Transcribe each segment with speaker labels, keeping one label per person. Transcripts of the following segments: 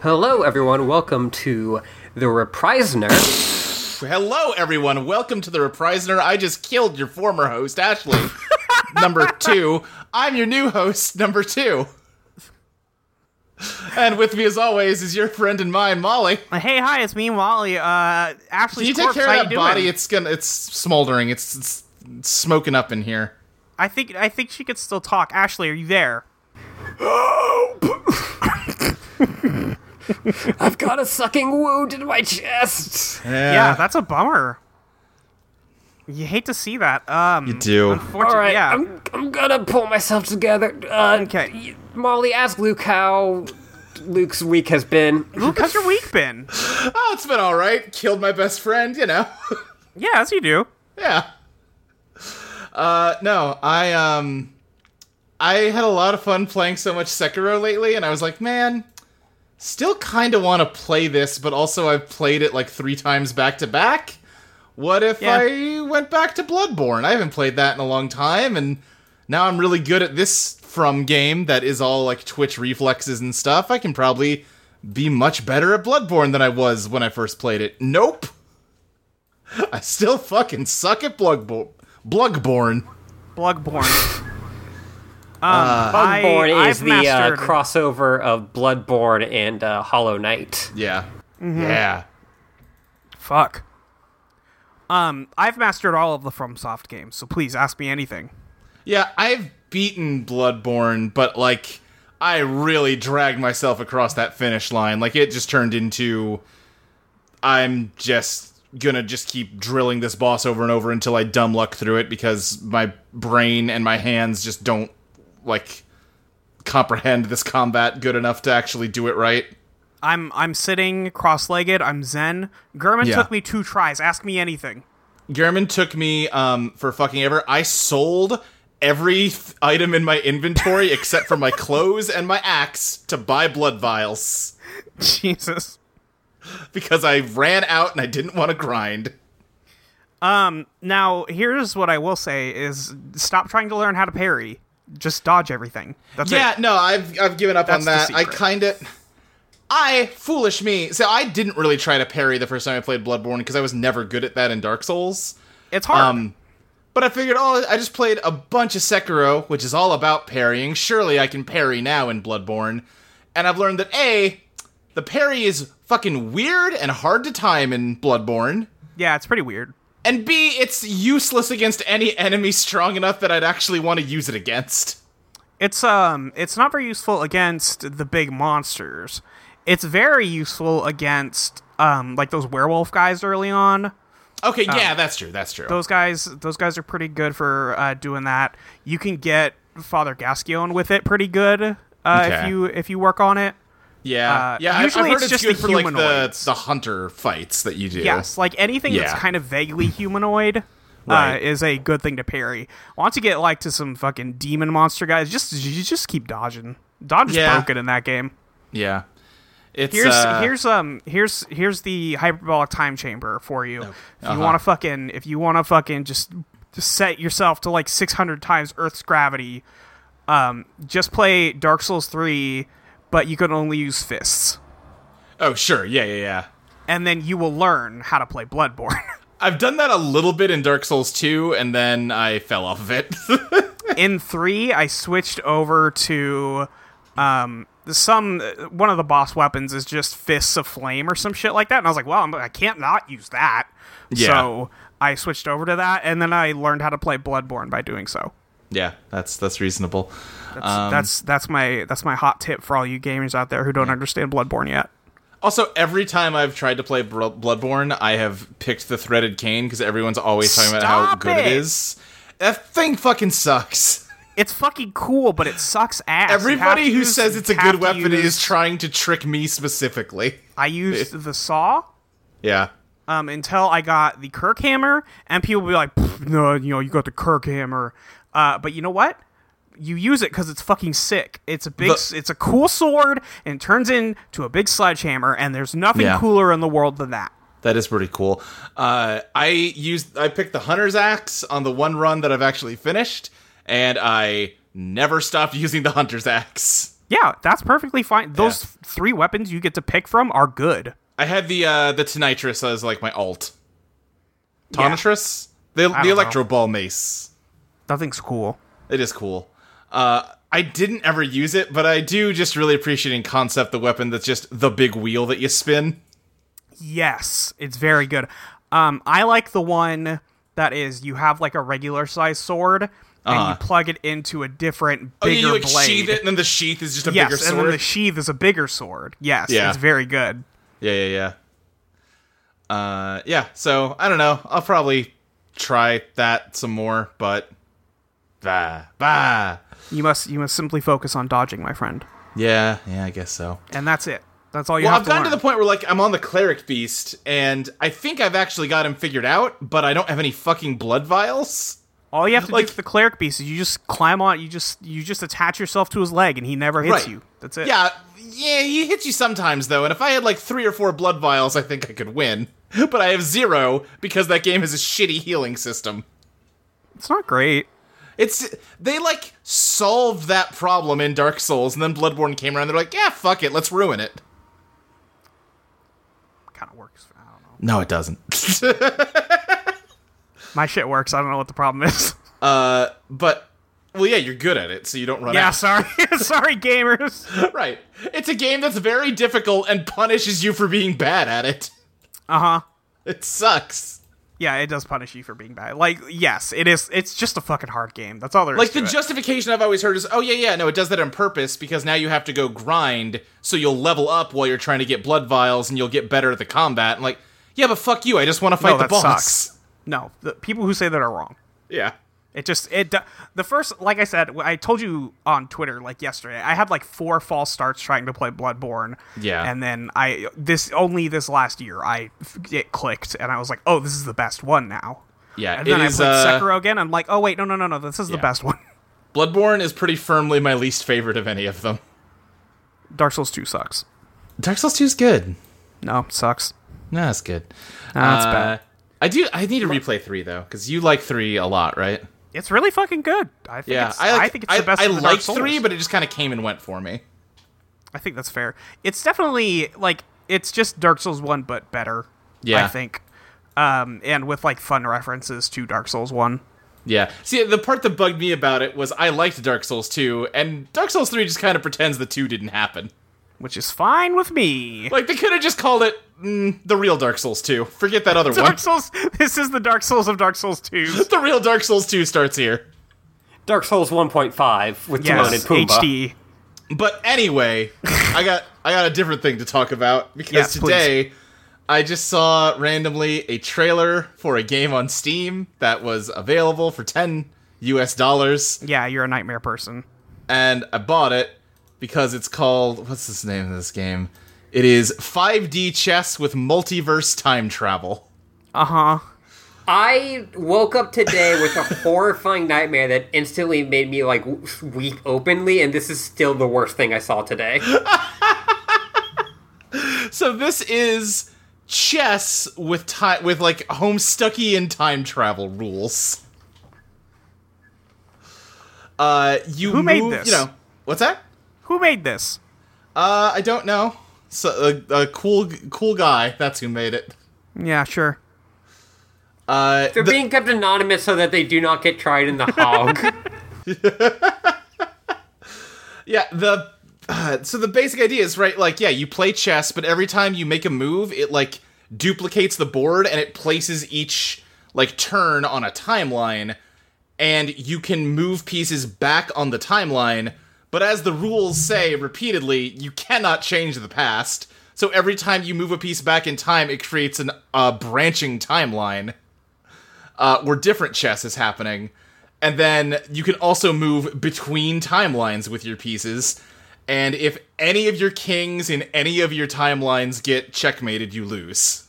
Speaker 1: Hello, everyone. Welcome to The Reprisner.
Speaker 2: Hello, everyone. Welcome to the Reprisoner. I just killed your former host, Ashley. number two. I'm your new host, number two. And with me, as always, is your friend and mine, Molly.
Speaker 3: Hey, hi, it's me, Wally. Uh,
Speaker 2: Can
Speaker 3: Ashley's
Speaker 2: you take
Speaker 3: corpse.
Speaker 2: care
Speaker 3: How you
Speaker 2: of that
Speaker 3: doing?
Speaker 2: body? It's gonna. It's smoldering. It's, it's smoking up in here.
Speaker 3: I think I think she could still talk. Ashley, are you there?
Speaker 1: I've got a sucking wound in my chest.
Speaker 3: yeah, that's a bummer. You hate to see that. Um,
Speaker 2: you do.
Speaker 1: All
Speaker 3: Unfortunately,
Speaker 1: right,
Speaker 3: yeah.
Speaker 1: I'm, I'm gonna pull myself together. Uh,
Speaker 3: Okay.
Speaker 1: y- Molly, ask Luke how Luke's week has been.
Speaker 3: Luke, how's your week been?
Speaker 2: Oh, it's been all right. Killed my best friend. You know.
Speaker 3: Yeah, as you do.
Speaker 2: Yeah. Uh, no, I um, I had a lot of fun playing so much Sekiro lately, and I was like, man, still kind of want to play this, but also I've played it like three times back to back. What if
Speaker 3: Yeah.
Speaker 2: I went back to Bloodborne? I haven't played that in a long time, and now I'm really good at this from game that is all like twitch reflexes and stuff. I can probably be much better at Bloodborne than I was when I first played it. Nope. I still fucking suck at Bloodborne. Bloodborne.
Speaker 3: Blugborn. Um,
Speaker 1: Bloodborne
Speaker 3: I,
Speaker 1: is
Speaker 3: I've
Speaker 1: the uh,
Speaker 3: mastered-
Speaker 1: crossover of Bloodborne and uh, Hollow Knight.
Speaker 2: Yeah. Yeah.
Speaker 3: Fuck. Um, I've mastered all of the FromSoft games, so please ask me anything.
Speaker 2: Yeah, I've beaten Bloodborne, but like I really dragged myself across that finish line. Like it just turned into I'm just gonna just keep drilling this boss over and over until I dumb luck through it because my brain and my hands just don't like comprehend this combat good enough to actually do it right.
Speaker 3: I'm I'm sitting cross-legged. I'm zen. German
Speaker 2: Yeah.
Speaker 3: took me two tries. Ask me anything.
Speaker 2: Garmin took me um, for fucking ever. I sold every th- item in my inventory except for my clothes and my axe to buy blood vials
Speaker 3: Jesus.
Speaker 2: because I ran out and I didn't want to grind.
Speaker 3: Now, here's what I will say is stop trying to learn how to parry. Just dodge everything. That's
Speaker 2: Yeah,
Speaker 3: it.
Speaker 2: no, I've I've given up
Speaker 3: That's the
Speaker 2: on that. I
Speaker 3: secret.
Speaker 2: kind of I foolish me. So I didn't really try to parry the first time I played Bloodborne because I was never good at that in Dark Souls.
Speaker 3: It's hard.
Speaker 2: Um, but I figured, oh, I just played a bunch of Sekiro, which is all about parrying. Surely I can parry now in Bloodborne. And I've learned that A, the parry is fucking weird and hard to time in Bloodborne.
Speaker 3: yeah, it's pretty weird.
Speaker 2: And B, it's useless against any enemy strong enough that I'd actually want to use it against.
Speaker 3: It's um it's not very useful against the big monsters. It's very useful against um like those werewolf guys early on.
Speaker 2: Okay, yeah, that's true, that's true.
Speaker 3: Um, Those guys those guys are pretty good for uh, doing that. You can get Father Gascoigne with it pretty good uh, if
Speaker 2: Okay.
Speaker 3: you if you work on it.
Speaker 2: yeah,
Speaker 3: uh,
Speaker 2: yeah. I- I've
Speaker 3: usually
Speaker 2: heard
Speaker 3: it's just
Speaker 2: good
Speaker 3: the
Speaker 2: for like the,
Speaker 3: humanoids.
Speaker 2: the hunter fights that you do.
Speaker 3: Yes, like anything
Speaker 2: Yeah.
Speaker 3: that's kind of vaguely humanoid
Speaker 2: Right.
Speaker 3: uh, is a good thing to parry. Once you get like to some fucking demon monster guys, just you just keep dodging. Dodge is
Speaker 2: Yeah.
Speaker 3: broken in that game.
Speaker 2: yeah. It's
Speaker 3: Here's
Speaker 2: uh,
Speaker 3: here's um here's here's the hyperbolic time chamber for you. If you
Speaker 2: Uh-huh.
Speaker 3: want to fucking if you want to fucking just, just set yourself to like 600 times Earth's gravity, um just play Dark Souls 3, but you can only use fists.
Speaker 2: oh sure, yeah, yeah, yeah.
Speaker 3: And then you will learn how to play Bloodborne.
Speaker 2: I've done that a little bit in Dark Souls 2, and then I fell off of it.
Speaker 3: in three, I switched over to um, some one of the boss weapons is just fists of flame or some shit like that, and I was like, well, I'm, I can't not use that.
Speaker 2: Yeah.
Speaker 3: So I switched over to that, and then I learned how to play Bloodborne by doing so.
Speaker 2: yeah, that's that's reasonable.
Speaker 3: That's
Speaker 2: Um,
Speaker 3: that's, that's my that's my hot tip for all you gamers out there who don't understand Bloodborne yet.
Speaker 2: Also, every time I've tried to play Bro- Bloodborne, I have picked the threaded cane because everyone's always talking about how
Speaker 3: Stop
Speaker 2: good it
Speaker 3: it.
Speaker 2: is. That thing fucking sucks.
Speaker 3: It's fucking cool, but it sucks ass. You have
Speaker 2: Everybody
Speaker 3: to
Speaker 2: who
Speaker 3: use-
Speaker 2: says it's a
Speaker 3: you have
Speaker 2: good
Speaker 3: to
Speaker 2: weapon
Speaker 3: use-
Speaker 2: is trying to trick me specifically.
Speaker 3: I used the saw.
Speaker 2: Yeah.
Speaker 3: um, until I got the Kirk hammer, and people be like, "Pff, "No, you know, you got the Kirk hammer." Uh, but you know what? You use it because it's fucking sick. It's a big,
Speaker 2: The-
Speaker 3: it's a cool sword, and it turns into a big sledgehammer. And there's nothing
Speaker 2: Yeah.
Speaker 3: cooler in the world than that.
Speaker 2: That is pretty cool. Uh, I used I picked the hunter's axe on the one run that I've actually finished, and I never stopped using the hunter's axe.
Speaker 3: Yeah, that's perfectly fine. Those th- three weapons you get to pick from are good.
Speaker 2: I had the uh the Tonitrus as like my alt. Tonitrus? The
Speaker 3: don't
Speaker 2: the
Speaker 3: know.
Speaker 2: Electro Ball Mace.
Speaker 3: Nothing's cool.
Speaker 2: It is cool. Uh I didn't ever use it, but I do just really appreciate in concept the weapon that's just the big wheel that you spin.
Speaker 3: Yes, it's very good. Um, I like the one that is you have like a regular size sword and you plug it into a different
Speaker 2: Uh-huh. Oh,
Speaker 3: bigger
Speaker 2: yeah, you like
Speaker 3: blade.
Speaker 2: sheath it, and then the sheath is just a
Speaker 3: yes,
Speaker 2: bigger
Speaker 3: and
Speaker 2: sword.
Speaker 3: then the sheath is a bigger sword. Yes,
Speaker 2: Yeah.
Speaker 3: it's very good.
Speaker 2: Yeah, yeah, yeah. Uh, yeah. So I don't know. I'll probably try that some more, but bah, bah.
Speaker 3: You must you must simply focus on dodging, my friend,
Speaker 2: Yeah, yeah. I guess so.
Speaker 3: and that's it. That's all you
Speaker 2: Well,
Speaker 3: have
Speaker 2: I've
Speaker 3: to
Speaker 2: gotten
Speaker 3: learn.
Speaker 2: to the point where like I'm on the cleric beast, and I think I've actually got him figured out, but I don't have any fucking blood vials.
Speaker 3: all you have to
Speaker 2: like-
Speaker 3: do for the cleric beast is you just climb on. You just you just attach yourself to his leg, and he never hits
Speaker 2: Right.
Speaker 3: you. That's it.
Speaker 2: Yeah, yeah. He hits you sometimes though, and if I had like three or four blood vials, I think I could win. But I have zero because that game has a shitty healing system.
Speaker 3: it's not great.
Speaker 2: It's they like solved that problem in Dark Souls, and then Bloodborne came around. They're like, yeah, fuck it, let's ruin it.
Speaker 3: Kind of works. I don't know.
Speaker 2: No, it doesn't.
Speaker 3: My shit works. I don't know what the problem is.
Speaker 2: uh, but well, yeah, you're good at it, so you don't run
Speaker 3: yeah,
Speaker 2: out.
Speaker 3: sorry, sorry, gamers.
Speaker 2: right. It's a game that's very difficult and punishes you for being bad at it.
Speaker 3: Uh huh.
Speaker 2: It sucks.
Speaker 3: Yeah, it does punish you for being bad. Like, yes, it is. It's just a fucking hard game. That's all there is.
Speaker 2: Like the
Speaker 3: to it.
Speaker 2: justification I've always heard is, oh yeah, yeah, no, it does that on purpose because now you have to go grind, so you'll level up while you're trying to get blood vials, and you'll get better at the combat. And like, yeah, but fuck you, I just want to fight the
Speaker 3: Oh, that
Speaker 2: boss.
Speaker 3: sucks. no, the people who say that are wrong.
Speaker 2: Yeah.
Speaker 3: It just it do- the first like I said I told you on Twitter like yesterday I had like four false starts trying to play Bloodborne
Speaker 2: Yeah.
Speaker 3: and then I this only this last year I it clicked and I was like oh this is the best one now
Speaker 2: Yeah,
Speaker 3: and
Speaker 2: it
Speaker 3: then
Speaker 2: is,
Speaker 3: I played
Speaker 2: uh,
Speaker 3: Sekiro again I'm like oh wait no no no no this is the
Speaker 2: Yeah.
Speaker 3: best one
Speaker 2: Bloodborne is pretty firmly my least favorite of any of them.
Speaker 3: Dark Souls two sucks
Speaker 2: Dark Souls 2 is good.
Speaker 3: no it sucks
Speaker 2: No, that's good.
Speaker 3: no, that's
Speaker 2: Uh,
Speaker 3: bad
Speaker 2: I do. I need to replay three though, because you like three a lot, right?
Speaker 3: it's really fucking good I think
Speaker 2: Yeah,
Speaker 3: it's, I,
Speaker 2: like-
Speaker 3: think it's the best
Speaker 2: I,
Speaker 3: of the Dark
Speaker 2: liked
Speaker 3: Souls.
Speaker 2: three, but it just kind of came and went for me.
Speaker 3: I think that's fair. It's definitely like it's just Dark Souls one, but better.
Speaker 2: Yeah.
Speaker 3: I think, um, and with like fun references to Dark Souls one.
Speaker 2: Yeah. See, the part that bugged me about it was I liked Dark Souls two, and Dark Souls three just kind of pretends the two didn't happen.
Speaker 3: Which is fine with me.
Speaker 2: Like they could have just called it mm, the real Dark Souls two. Forget that other one.
Speaker 3: Dark Souls. This is the Dark Souls of Dark Souls two.
Speaker 2: the real Dark Souls two starts here.
Speaker 1: Dark Souls 1.5 with Timon
Speaker 3: Yes,
Speaker 1: and Pumbaa.
Speaker 3: HD.
Speaker 2: But anyway, I got I got a different thing to talk about because
Speaker 3: Yes, please.
Speaker 2: today I just saw randomly a trailer for a game on Steam that was available for 10 US dollars
Speaker 3: Yeah, you're a nightmare person.
Speaker 2: and I bought it because it's called what's this name of this game? It is 5D chess with multiverse time travel.
Speaker 3: Uh huh.
Speaker 1: I woke up today with a horrifying nightmare that instantly made me like w- weep openly, and this is still the worst thing I saw today.
Speaker 2: So this is chess with time with like Homestuckian time travel rules. Uh, you
Speaker 3: Who made
Speaker 2: move-
Speaker 3: this?
Speaker 2: You know what's that?
Speaker 3: Who made this?
Speaker 2: Uh, I don't know. So a, a cool cool guy. That's who made it.
Speaker 3: Yeah, sure.
Speaker 2: Uh,
Speaker 1: They're
Speaker 2: the-
Speaker 1: being kept anonymous so that they do not get tried in the hog.
Speaker 2: yeah. The uh, so the basic idea is right. Like yeah, you play chess, but every time you make a move, it like duplicates the board and it places each like turn on a timeline. and you can move pieces back on the timeline. But as the rules say repeatedly, you cannot change the past. So every time you move a piece back in time, it creates an uh, branching timeline uh, where different chess is happening. And then you can also move between timelines with your pieces. And if any of your kings in any of your timelines get checkmated, you lose.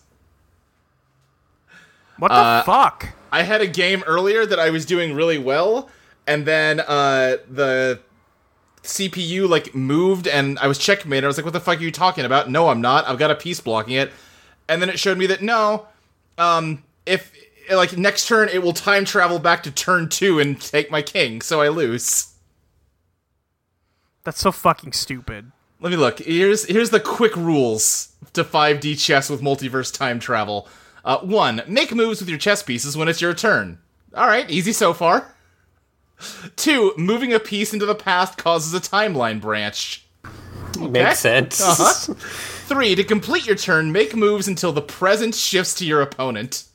Speaker 3: What the
Speaker 2: Uh,
Speaker 3: fuck?
Speaker 2: I had a game earlier that I was doing really well, and then uh, the CPU like moved, and I was checkmated. I was like, "What the fuck are you talking about?" No, I'm not. I've got a piece blocking it, and then it showed me that no, um, if like next turn it will time travel back to turn two and take my king, so I lose.
Speaker 3: That's so fucking stupid.
Speaker 2: Let me look. Here's here's the quick rules to 5D chess with multiverse time travel. Uh, one, make moves with your chess pieces when it's your turn. All right, easy so far. Two, moving a piece into the past causes a timeline branch.
Speaker 1: Makes sense.
Speaker 2: Uh-huh. Three, to complete your turn, make moves until the present shifts to your opponent.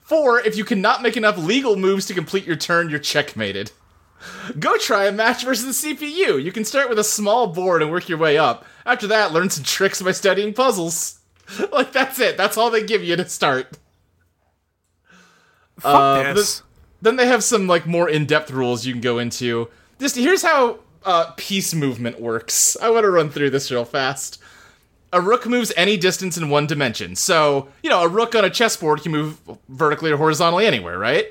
Speaker 2: Four, if you cannot make enough legal moves to complete your turn, you're checkmated. Go try a match versus the CPU. You can start with a small board and work your way up. After that, learn some tricks by studying puzzles. like, that's it. That's all they give you to start.
Speaker 3: Fuck
Speaker 2: Uh,
Speaker 3: this.
Speaker 2: th- then they have some like more in-depth rules you can go into. Just here's how uh, piece movement works. I want to run through this real fast. A rook moves any distance in one dimension. So you know a rook on a chessboard can move vertically or horizontally anywhere, right?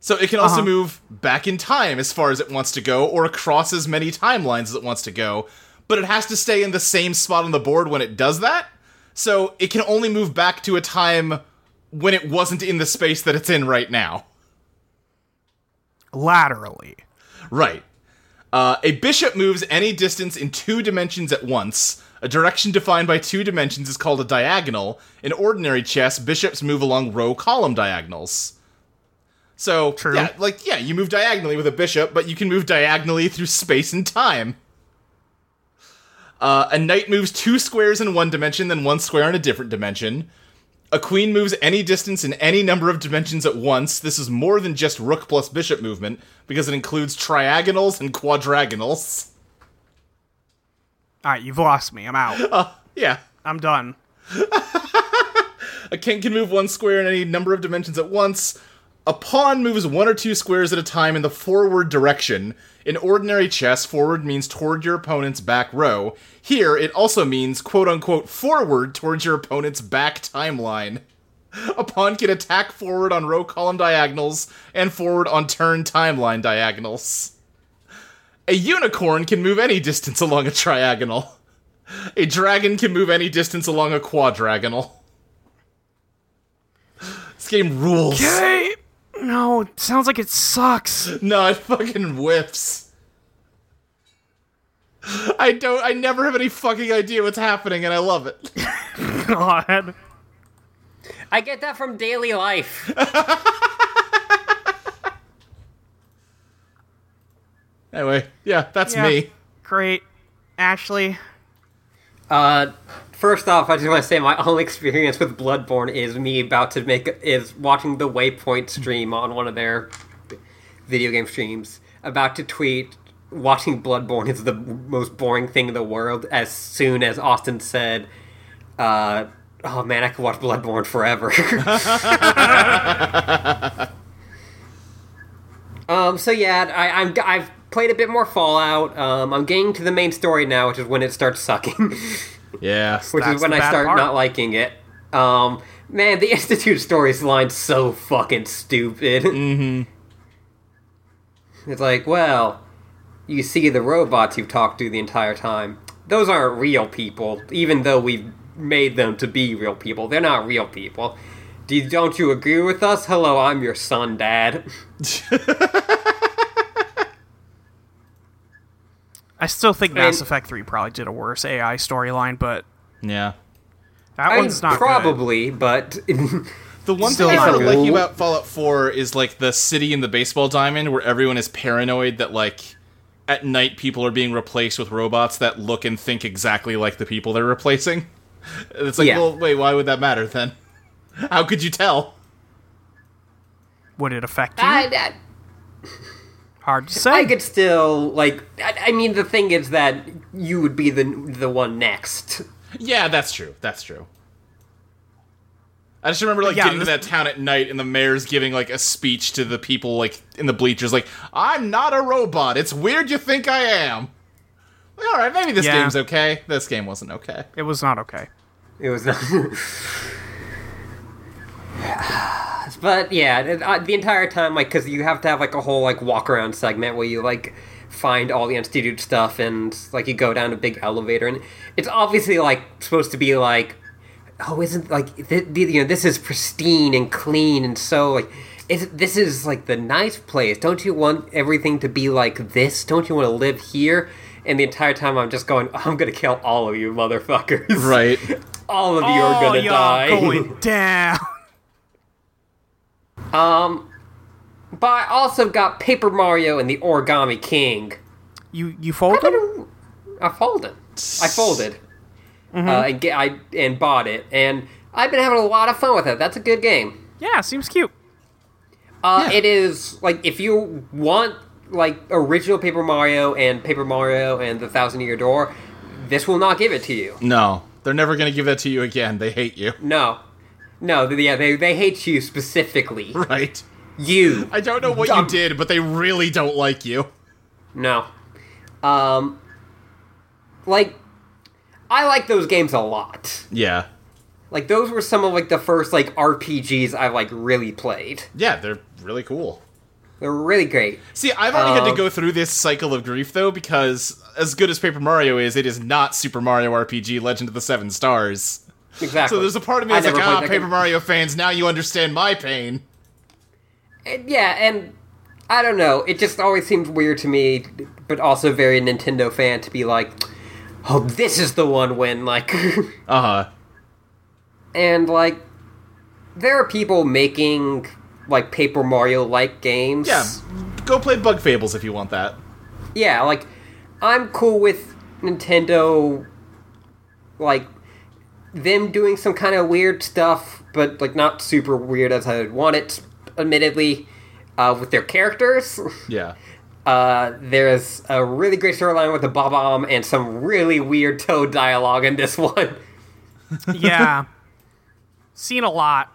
Speaker 2: So it can also move back in time as far as it wants to go, or across as many timelines as it wants to go. But it has to stay in the same spot on the board when it does that. So it can only move back to a time when it wasn't in the space that it's in right now.
Speaker 3: Laterally.
Speaker 2: Right. Uh, a bishop moves any distance in two dimensions at once. A direction defined by two dimensions is called a diagonal. In ordinary chess, bishops move along row column diagonals. So,
Speaker 3: True.
Speaker 2: yeah, like, yeah, you move diagonally with a bishop, but you can move diagonally through space and time. Uh, a knight moves two squares in one dimension, then one square in a different dimension. A queen moves any distance in any number of dimensions at once. This is more than just rook plus bishop movement, because it includes triagonals and quadragonals.
Speaker 3: All right, you've lost me. I'm
Speaker 2: Uh,
Speaker 3: out.
Speaker 2: Yeah.
Speaker 3: I'm done.
Speaker 2: A king can move one square in any number of dimensions at once. A pawn moves one or two squares at a time in the forward direction. In ordinary chess, forward means toward your opponent's back row. Here, it also means quote unquote forward towards your opponent's back timeline. A pawn can attack forward on row column diagonals and forward on turn timeline diagonals. A unicorn can move any distance along a triagonal. A dragon can move any distance along a quadragonal. This game rules.
Speaker 3: Hey, no, it sounds like it sucks.
Speaker 2: No, it fucking whips. I don't. I never have any fucking idea what's happening, and I love it.
Speaker 3: God.
Speaker 1: I get that from daily life.
Speaker 2: Anyway, yeah, that's
Speaker 3: Yeah.
Speaker 2: me.
Speaker 3: Great. Ashley,
Speaker 1: Uh, first off, I just want to say my only experience with Bloodborne is me about to make is watching the Waypoint stream on one of their video game streams. About to tweet, watching Bloodborne is the most boring thing in the world. As soon as Austin said, uh, "Oh man, I could watch Bloodborne forever." Um, so yeah, I, I'm I've played a bit more Fallout. Um, I'm getting to the main story now, which is when it starts sucking,
Speaker 2: Yeah.
Speaker 1: which
Speaker 3: That's
Speaker 1: is when
Speaker 3: the
Speaker 1: I
Speaker 3: bad
Speaker 1: start
Speaker 3: part.
Speaker 1: not line's liking it. Um, man, the Institute stories line's so fucking stupid. Mm-hmm. It's like, well, you see the robots you've talked to the entire time. Those aren't real people, even though we've made them to be real people. They're not real people. Do, don't you agree with us? Hello, I'm your son, Dad.
Speaker 3: I still think
Speaker 1: mean-
Speaker 3: Mass Effect 3 probably did a worse AI storyline, but
Speaker 2: Yeah.
Speaker 3: that
Speaker 1: I mean,
Speaker 3: one's not good.
Speaker 1: probably, but
Speaker 2: The one
Speaker 3: Still
Speaker 2: thing I
Speaker 3: not
Speaker 2: started
Speaker 3: good.
Speaker 2: liking about Fallout 4 is like the city in the baseball diamond where everyone is paranoid that like at night people are being replaced with robots that look and think exactly like the people they're replacing. It's like,
Speaker 1: Yeah.
Speaker 2: well, wait, why would that matter then? How could you tell?
Speaker 3: Would it affect you?
Speaker 1: I,
Speaker 3: Hard to say.
Speaker 1: I could still like. I, I mean, the thing is that you would be the the one next.
Speaker 2: Yeah, that's true. That's true. I just remember like
Speaker 3: Yeah,
Speaker 2: getting to
Speaker 3: this-
Speaker 2: that town at night and the mayor's giving like a speech to the people like in the bleachers like I'm not a robot. It's weird you think I am. Like, all right, maybe this
Speaker 3: Yeah.
Speaker 2: game's okay. This game wasn't okay.
Speaker 3: it was not okay.
Speaker 1: It was not. but yeah, it- uh, the entire time, like, because you have to have like a whole like walk around segment where you like find all the institute stuff and like you go down a big elevator and it's obviously like supposed to be like oh isn't like th- th- you know this is pristine and clean and so like is this is like the nice place. Don't you want everything to be like this? Don't you want to live here? And the entire time I'm just going, I'm gonna kill all of you motherfuckers.
Speaker 2: Right.
Speaker 1: All of you are
Speaker 3: oh,
Speaker 1: gonna
Speaker 3: y'all
Speaker 1: die.
Speaker 3: going down.
Speaker 1: But I also got Paper Mario and the Origami King.
Speaker 3: You you fold
Speaker 1: I
Speaker 3: them?
Speaker 1: don't- I folded. I folded. Uh, and get, I and bought it, and I've been having a lot of fun with it. That's a good game.
Speaker 3: Yeah, seems cute.
Speaker 1: Uh,
Speaker 2: Yeah.
Speaker 1: It is like if you want like original Paper Mario and Paper Mario and the Thousand Year Door, this will not give it to you.
Speaker 2: No, they're never gonna give that to you again. They hate you.
Speaker 1: No, no, th- yeah, they they hate you specifically.
Speaker 2: Right.
Speaker 1: You,
Speaker 2: I don't know what
Speaker 1: Dumb.
Speaker 2: you did, but they really don't like you.
Speaker 1: no, um, like I like those games a lot.
Speaker 2: Yeah.
Speaker 1: Like those were some of like the first like RPGs I like really played.
Speaker 2: Yeah, they're really cool.
Speaker 1: They're really great.
Speaker 2: See, I've only had to
Speaker 1: Um,
Speaker 2: go through this cycle of grief though, because as good as Paper Mario is, it is not Super Mario RPG Legend of the Seven Stars.
Speaker 1: Exactly.
Speaker 2: So there's a part of me
Speaker 1: I
Speaker 2: that's like,
Speaker 1: never played
Speaker 2: ah,
Speaker 1: that
Speaker 2: Paper
Speaker 1: game."
Speaker 2: Mario fans, now you understand my pain.
Speaker 1: And- yeah, and I don't know. It just always seemed weird to me, but also very Nintendo fan to be like, "Oh, this is the one when like," Uh-huh.
Speaker 2: Uh huh.
Speaker 1: and like, there are people making like Paper Mario like games.
Speaker 2: Yeah, go play Bug Fables if you want that.
Speaker 1: yeah. Like, I'm cool with Nintendo, like them doing some kind of weird stuff, but like not super weird as I would want it, admittedly, uh, with their characters.
Speaker 2: Yeah.
Speaker 1: Uh, there's a really great storyline with the Bob Omb and some really weird Toad dialogue in this one.
Speaker 3: Yeah. Seen a lot.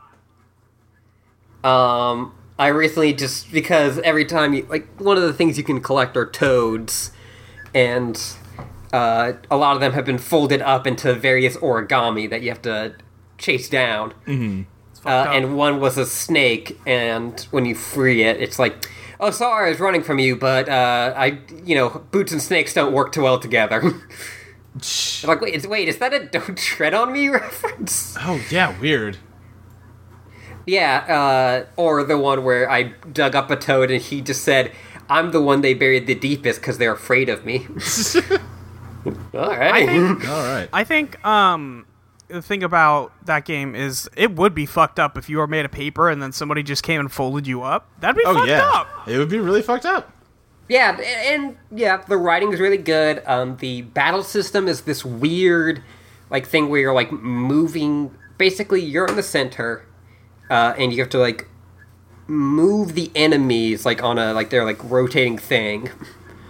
Speaker 1: Um, I recently just because every time you like one of the things you can collect are toads, and uh, a lot of them have been folded up into various origami that you have to chase down. Uh,
Speaker 3: fucked up.
Speaker 1: and one was a snake, and when you free it, it's like, oh, sorry, I was running from you, but uh, I, you know, boots and snakes don't work too well together. I'm like, wait, is, wait, is that a "Don't Tread on Me" reference?
Speaker 2: Oh yeah, weird.
Speaker 1: Yeah, uh, or the one where I dug up a toad and he just said, "I'm the one they buried the deepest because they're afraid of me." All right.
Speaker 2: All right.
Speaker 3: I think um the thing about that game is it would be fucked up if you were made of paper and then somebody just came and folded you up. That'd be
Speaker 2: Oh
Speaker 3: fucked
Speaker 2: yeah.
Speaker 3: up.
Speaker 2: It would be really fucked up.
Speaker 1: Yeah, and, and yeah, the writing is really good. Um, the battle system is this weird, like thing where you're like moving. Basically, you're in the center, uh, and you have to like move the enemies like on a like they're like rotating thing,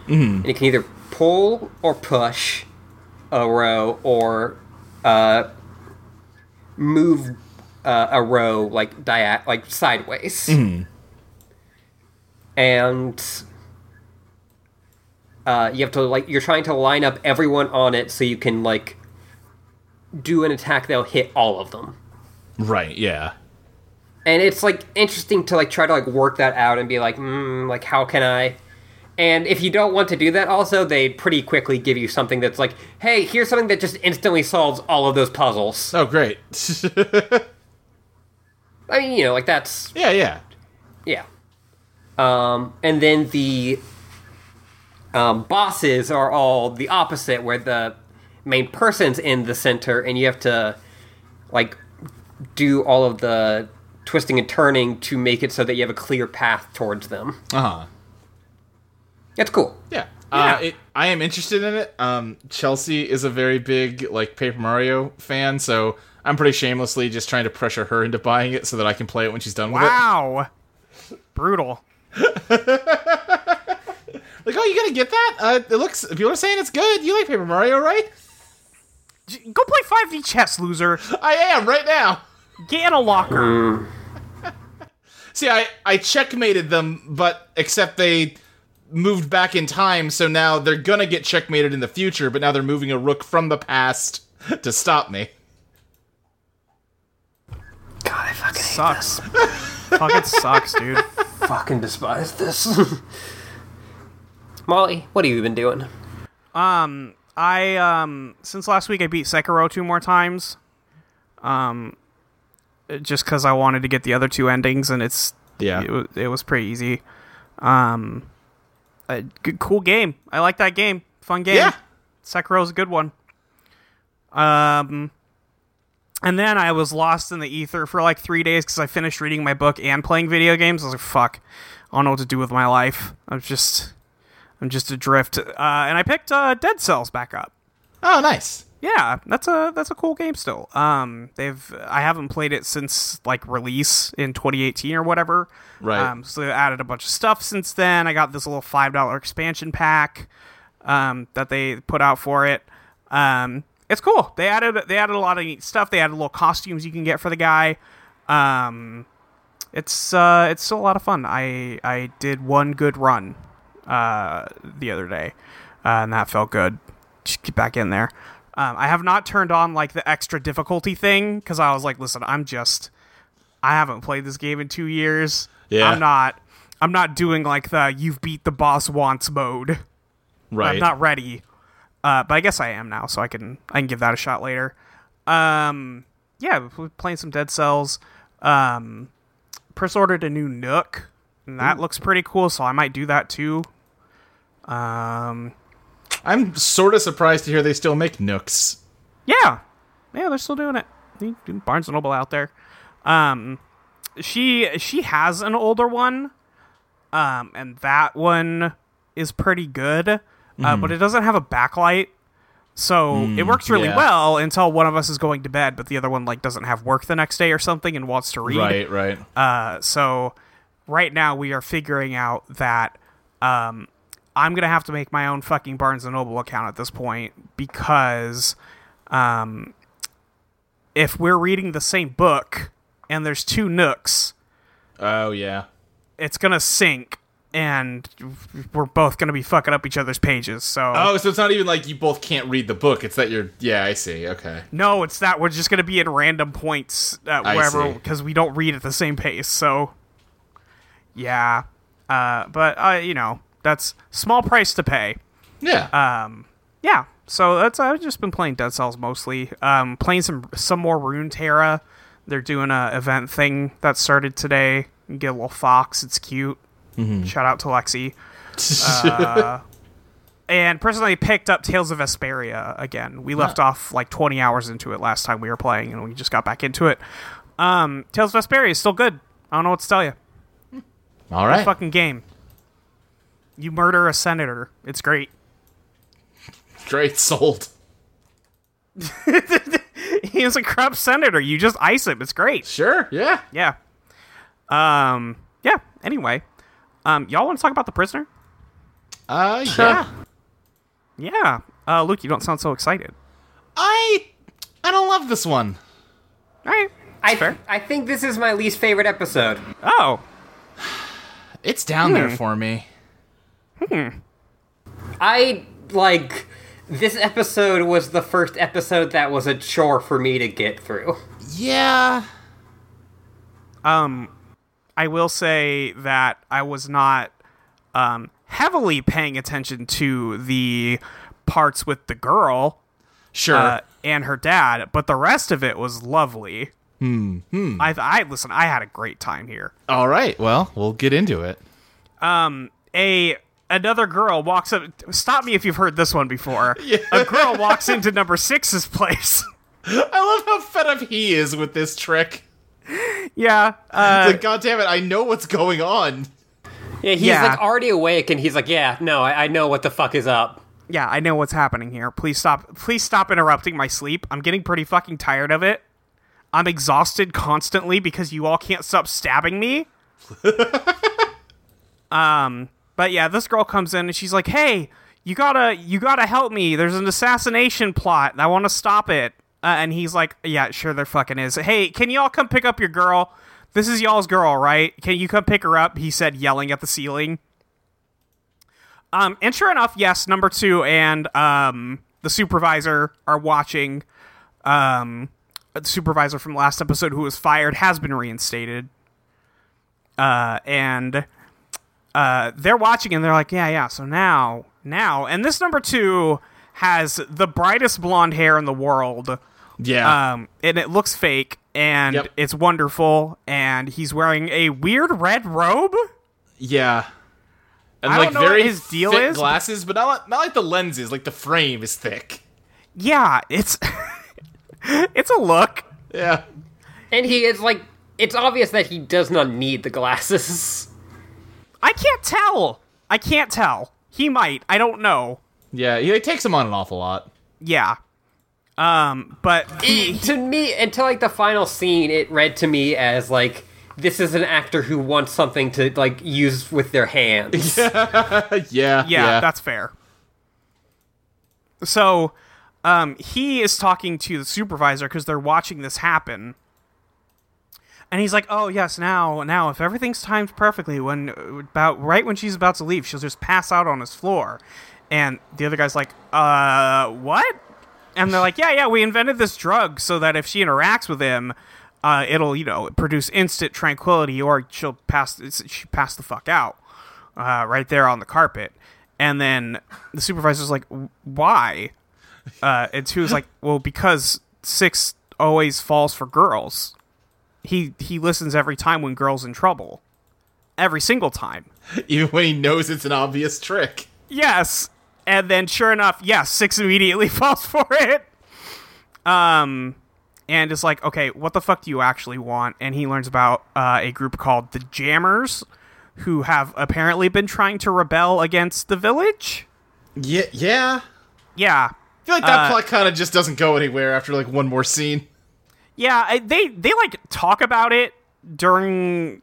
Speaker 1: and you can either pull or push a row or uh, move uh, a row like dia- like sideways, and uh, you have to like you're trying to line up everyone on it so you can like do an attack that'll hit all of them
Speaker 2: Right. Yeah.
Speaker 1: and it's like interesting to like try to like work that out and be like mm, like how can i and if you don't want to do that also they pretty quickly give you something that's like hey here's something that just instantly solves all of those puzzles
Speaker 2: Oh great.
Speaker 1: i mean you know like that's
Speaker 2: yeah. Yeah.
Speaker 1: Yeah. Um, and then the um, bosses are all the opposite, where the main person's in the center, and you have to like do all of the twisting and turning to make it so that you have a clear path towards them.
Speaker 2: Uh huh.
Speaker 1: It's cool.
Speaker 2: Yeah. Uh,
Speaker 3: Yeah.
Speaker 2: it, I am interested in it. Um, Chelsea is a very big like Paper Mario fan, so I'm pretty shamelessly just trying to pressure her into buying it so that I can play it when she's done with it.
Speaker 3: Wow. Brutal.
Speaker 2: Like, oh, you gonna get that? Uh, it looks. People are saying it's good. You like Paper Mario, right?
Speaker 3: J- Go play 5D chess, loser.
Speaker 2: I am right now.
Speaker 3: Get in a locker.
Speaker 2: See, I I checkmated them, but except they moved back in time, so now they're gonna get checkmated in the future. But now they're moving a rook from the past to stop me.
Speaker 1: God, I fucking
Speaker 3: Sucks. Fucking sucks, dude.
Speaker 1: fucking despise this. Molly, what have you been doing?
Speaker 3: I um since last week I beat Sekiro two more times. Um just cuz I wanted to get the other two endings and it's
Speaker 2: Yeah.
Speaker 3: It was, it was pretty easy. Um, a good, cool game. I like that game. Fun game.
Speaker 2: Yeah.
Speaker 3: Sekiro's a good one. Um, and then I was lost in the ether for like three days because I finished reading my book and playing video games. I was like, fuck, I don't know what to do with my life. I'm just, I'm just adrift. Uh, and I picked uh, Dead Cells back up.
Speaker 2: Oh, nice.
Speaker 3: Yeah, that's a that's a cool game still. Um, they've I haven't played it since like release in 2018 or whatever.
Speaker 2: Right.
Speaker 3: Um, so they added a bunch of stuff since then. I got this little five dollar expansion pack um, that they put out for it. Um, it's cool. They added they added a lot of neat stuff. They added little costumes you can get for the guy. Um, it's uh, it's still a lot of fun. I I did one good run uh, the other day, uh, and that felt good. Just get back in there. Um, I have not turned on like the extra difficulty thing because I was like, listen, I'm just I haven't played this game in two years.
Speaker 2: Yeah.
Speaker 3: I'm not I'm not doing like the you've beat the boss once mode.
Speaker 2: Right.
Speaker 3: I'm not ready. Uh, but I guess I am now, so I can I can give that a shot later. Um, yeah, we're pl- playing some Dead Cells. Um, Pris ordered a new Nook, and that looks pretty cool. So I might do that too. Um,
Speaker 2: I'm sort of surprised to hear they still make Nooks.
Speaker 3: yeah, yeah, they're still doing it. You can do Barnes and Noble out there. Um, she she has an older one, um, and that one is pretty good,
Speaker 2: Mm-hmm.
Speaker 3: uh, but it doesn't have a backlight, so it works really
Speaker 2: Mm, yeah.
Speaker 3: well until one of us is going to bed, but the other one like doesn't have work the next day or something and wants to read.
Speaker 2: Right, right.
Speaker 3: Uh, so right now we are figuring out that um, I'm gonna have to make my own fucking Barnes and Noble account at this point because um, if we're reading the same book and there's two nooks,
Speaker 2: oh, yeah.
Speaker 3: it's gonna sync and we're both gonna be fucking up each other's pages. So
Speaker 2: Oh, so it's not even like you both can't read the book. It's that you're. Yeah, I see. Okay.
Speaker 3: no, it's that we're just gonna be in random points uh,
Speaker 2: I
Speaker 3: wherever
Speaker 2: see.
Speaker 3: because we don't read at the same pace. So yeah, uh, but uh, you know that's small price to pay.
Speaker 2: Yeah.
Speaker 3: yeah so that's i've just been playing dead cells mostly um playing some some more rune terra they're doing a event thing that started today You get a little fox it's cute shout out to lexi Uh, and personally picked up tales of vesperia again we left off like 20 hours into it last time we were playing and we just got back into it um tales of vesperia is still good i don't know what to tell you
Speaker 2: All right.
Speaker 3: fucking game you murder a senator it's great
Speaker 2: Great. Sold.
Speaker 3: he's a corrupt senator you just ice him it's great
Speaker 2: Sure. Yeah.
Speaker 3: Yeah. Um. Yeah. Anyway, um, y'all want to talk about the prisoner?
Speaker 2: Uh, yeah.
Speaker 3: Yeah. Uh, Luke, you don't sound so excited.
Speaker 2: I. I don't love this one.
Speaker 3: All right.
Speaker 1: I,
Speaker 3: fair.
Speaker 1: I think this is my least favorite episode.
Speaker 3: Oh.
Speaker 2: It's down there for me.
Speaker 1: I like this episode was the first episode that was a chore for me to get through.
Speaker 2: Yeah.
Speaker 3: Um, I will say that I was not um heavily paying attention to the parts with the girl
Speaker 2: Sure.
Speaker 3: uh, and her dad, but the rest of it was lovely. Hmm. I, I listen. I had a great time here.
Speaker 2: All right. Well, we'll get into it.
Speaker 3: a another girl walks up stop me if you've heard this one before a girl walks into number six's place
Speaker 2: I love how fed up he is with this trick.
Speaker 3: yeah uh,
Speaker 2: It's like, God damn it, I know what's going on.
Speaker 1: Yeah, he's
Speaker 3: Yeah.
Speaker 1: like already awake, and he's like, "Yeah, no, I, I know what the fuck is up."
Speaker 3: yeah i know what's happening here please stop please stop interrupting my sleep i'm getting pretty fucking tired of it i'm exhausted constantly because you all can't stop stabbing me um but yeah this girl comes in and she's like hey you gotta you gotta help me there's an assassination plot and i want to stop it uh, and he's like yeah sure there fucking is hey can y'all come pick up your girl this is y'all's girl right can you come pick her up he said yelling at the ceiling um, and sure enough, yes, number two and um, the supervisor are watching. Um, the supervisor from last episode who was fired has been reinstated. Uh, and uh, they're watching and they're like, yeah, yeah. So now, now, and this number two has the brightest blonde hair in the world
Speaker 2: Yeah.
Speaker 3: um, and it looks fake. and
Speaker 2: Ah. Yep.
Speaker 3: it's wonderful. And he's wearing a weird red robe.
Speaker 2: Yeah. And
Speaker 3: I don't
Speaker 2: like
Speaker 3: know what
Speaker 2: very
Speaker 3: his deal
Speaker 2: thick
Speaker 3: is, but-
Speaker 2: glasses, but not like- not like the lenses, like the frame is thick.
Speaker 3: Yeah, it's it's a look.
Speaker 2: Yeah.
Speaker 1: And he is like, it's obvious that he does not need the glasses.
Speaker 3: I can't tell. I can't tell. He might. I don't know.
Speaker 2: Yeah, he like, takes them on an awful lot.
Speaker 3: Yeah. Um, but he,
Speaker 1: to me, until like the final scene, it read to me as like this is an actor who wants something to like use with their hands.
Speaker 2: Uh, yeah,
Speaker 3: yeah, that's fair. So, um, he is talking to the supervisor because they're watching this happen, and he's like, "Oh yes, now, now, if everything's timed perfectly, when about right when she's about to leave, she'll just pass out on his floor." And the other guy's like, "Uh, what?" And they're like, "Yeah, yeah, we invented this drug so that if she interacts with him." Uh, it'll you know produce instant tranquility, or she'll pass she pass the fuck out uh, right there on the carpet. And then the supervisor's like, why? Uh, and two is like, well, because six always falls for girls. He he listens every time when girls in trouble, every single time.
Speaker 2: Even when he knows it's an obvious trick.
Speaker 3: Yes. And then sure enough, yes, six immediately falls for it. Um and is like, okay, what the fuck do you actually want? And he learns about uh, a group called the Jammers, who have apparently been trying to rebel against the village.
Speaker 2: Yeah, yeah.
Speaker 3: Yeah,
Speaker 2: I feel like that
Speaker 3: Uh,
Speaker 2: plot kind of just doesn't go anywhere after like one more scene.
Speaker 3: yeah. I, they they like talk about it during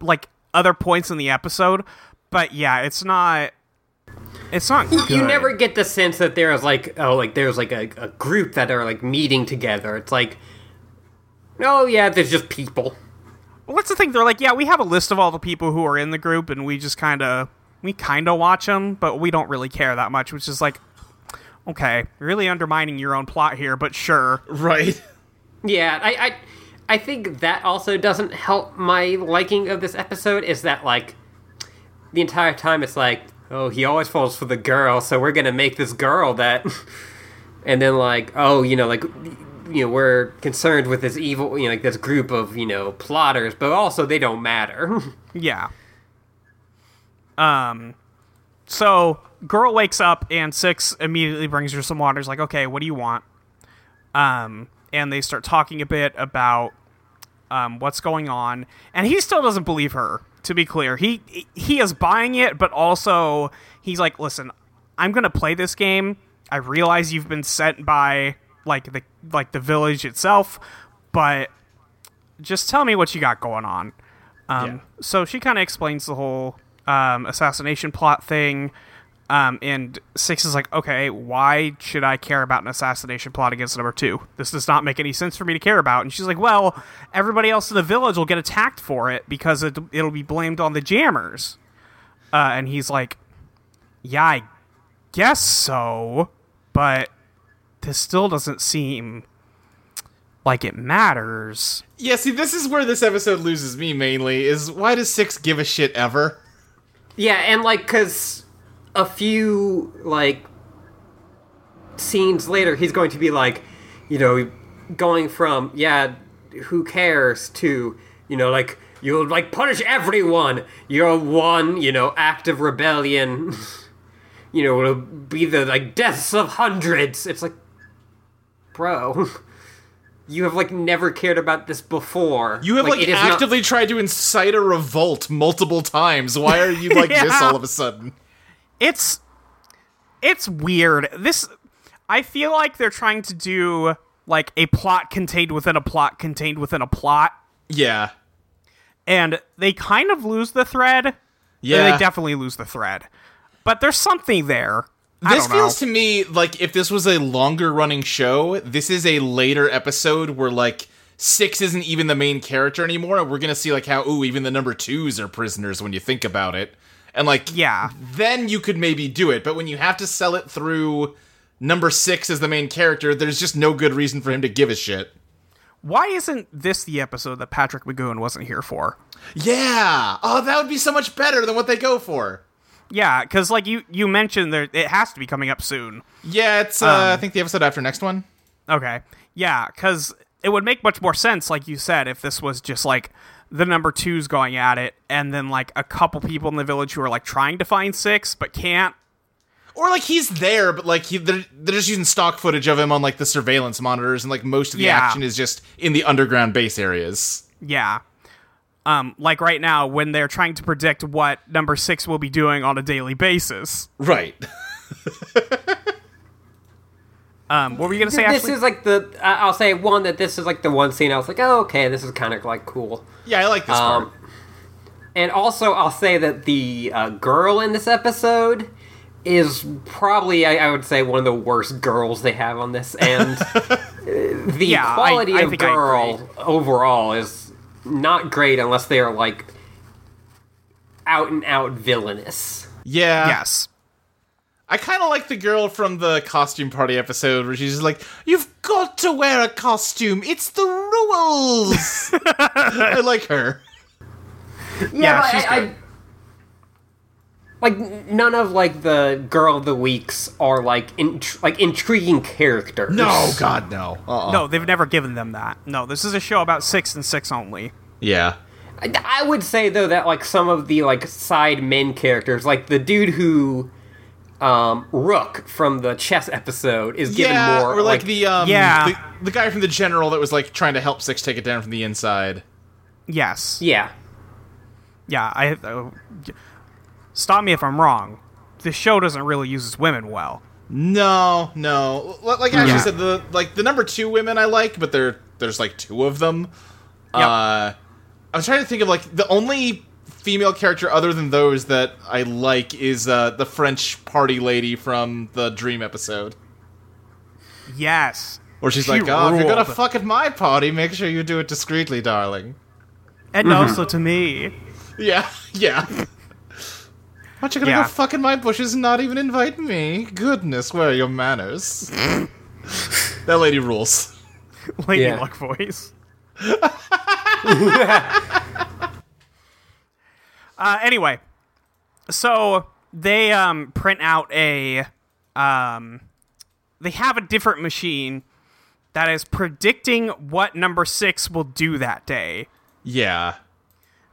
Speaker 3: like other points in the episode, but yeah, it's not. It's not. Good.
Speaker 1: You never get the sense that there is like oh like there's like a, a group that are like meeting together. It's like oh yeah, there's just people.
Speaker 3: Well, that's the thing. They're like, yeah, we have a list of all the people who are in the group, and we just kind of we kind of watch them, but we don't really care that much. Which is like, okay, you're really undermining your own plot here, but sure.
Speaker 2: Right.
Speaker 1: Yeah, I, I I think that also doesn't help my liking of this episode is that like the entire time it's like, oh, he always falls for the girl, so we're gonna make this girl that and then like, oh, you know, like you know, we're concerned with this evil you know, like this group of, you know, plotters, but also they don't matter.
Speaker 3: Yeah. Um, so girl wakes up and six immediately brings her some water. Is like, okay, what do you want? Um, and they start talking a bit about um, what's going on, and he still doesn't believe her. To be clear, he he is buying it, but also he's like, listen, I'm gonna play this game. I realize you've been sent by like the like the village itself, but just tell me what you got going on. Um, So she kind of explains the whole um, assassination plot thing. Um, and Six is like, okay, why should I care about an assassination plot against number two? This does not make any sense for me to care about. And she's like, well, everybody else in the village will get attacked for it because it, it'll be blamed on the jammers. Uh, and he's like, yeah, I guess so, but this still doesn't seem like it matters.
Speaker 2: Yeah, see, this is where this episode loses me mainly. Is why does Six give a shit ever?
Speaker 1: Yeah, and like, cause a few like scenes later, he's going to be like, you know, going from yeah, who cares to you know like you'll like punish everyone. You're one, you know, act of rebellion. You know, will be the like deaths of hundreds. It's like, bro, you have like never cared about this before.
Speaker 2: You have like,
Speaker 1: it is not-
Speaker 2: actively tried to incite a revolt multiple times. Why are you like this
Speaker 3: Yeah.
Speaker 2: all of a sudden?
Speaker 3: it's it's weird. This I feel like they're trying to do like a plot contained within a plot contained within a plot
Speaker 2: Yeah.
Speaker 3: and they kind of lose the thread.
Speaker 2: Yeah.
Speaker 3: They definitely lose the thread. But there's something there. I
Speaker 2: This
Speaker 3: don't know.
Speaker 2: feels to me like if this was a longer running show, this is a later episode where like Six isn't even the main character anymore, and we're gonna see like how ooh even the number twos are prisoners when you think about it, and like
Speaker 3: Yeah.
Speaker 2: then you could maybe do it. But when you have to sell it through number six as the main character, there's just no good reason for him to give a shit.
Speaker 3: Why isn't this the episode that Patrick McGoon wasn't here for?
Speaker 2: Yeah, oh that would be so much better than what they go for.
Speaker 3: Yeah, cuz like you you mentioned there it has to be coming up soon. Um,
Speaker 2: Yeah, it's uh, I think the episode after next one.
Speaker 3: Okay. Yeah, because it would make much more sense, like you said, if this was just like the number twos going at it, and then like a couple people in the village who are like trying to find six but can't.
Speaker 2: Or like he's there, but like he, they're, they're just using stock footage of him on like the surveillance monitors, and like most of the
Speaker 3: Yeah.
Speaker 2: action is just in the underground base areas.
Speaker 3: Yeah. Um, like right now, when they're trying to predict what number six will be doing on a daily basis.
Speaker 2: Right.
Speaker 3: Um, what were you gonna say?
Speaker 1: This
Speaker 3: Ashley?
Speaker 1: is like the I- I'll say one that this is like the one scene I was like, oh okay, this is kind of like cool.
Speaker 2: yeah, I like this
Speaker 1: Um,
Speaker 2: part.
Speaker 1: and also, I'll say that the uh, girl in this episode is probably, I, I would say, one of the worst girls they have on this. And uh, the
Speaker 3: Yeah, I-
Speaker 1: quality
Speaker 3: I
Speaker 1: of
Speaker 3: think I agree.
Speaker 1: girl overall is not great unless they are like out and out villainous.
Speaker 2: Yeah.
Speaker 3: yes.
Speaker 2: I kind of like the girl from the costume party episode where she's just like, "You've got to wear a costume. It's the rules." I like her.
Speaker 3: Yeah,
Speaker 1: but
Speaker 3: she's
Speaker 1: I,
Speaker 3: good.
Speaker 1: I, like n- none of like the girl of the weeks are like int- like intriguing characters.
Speaker 2: No, God, no. Uh-uh.
Speaker 3: No, they've never given them that. No, this is a show about six and six only.
Speaker 2: Yeah.
Speaker 1: I I would say though that like some of the like side men characters, like the dude who, um, Rook from the chess episode, is given
Speaker 2: yeah,
Speaker 1: more
Speaker 2: or like, the um,
Speaker 3: Yeah.
Speaker 2: the, the guy from the general that was like trying to help Six take it down from the inside.
Speaker 3: Yes.
Speaker 1: yeah,
Speaker 3: Yeah. I. Uh, stop me if I'm wrong. This show doesn't really uses women well.
Speaker 2: No, no. L- Like Ashley
Speaker 3: Yeah.
Speaker 2: said, the like the number two women I like, but there there's like two of them. Uh, I was trying to think of like the only female character other than those that I like is uh, the French party lady from the Dream episode,
Speaker 3: Yes.
Speaker 2: where she's
Speaker 3: She
Speaker 2: like, "Oh, if you're gonna
Speaker 3: ruled.
Speaker 2: fuck at my party, make sure you do it discreetly, darling."
Speaker 3: And also to me.
Speaker 2: Yeah, yeah. Aren't you gonna
Speaker 3: Yeah.
Speaker 2: go fuck in my bushes and not even invite me? Goodness, where are your manners? that lady rules.
Speaker 3: Lady
Speaker 1: Yeah.
Speaker 3: Luck voice. uh, anyway, so they um, print out a. Um, they have a different machine that is predicting what number six will do that day
Speaker 2: Yeah.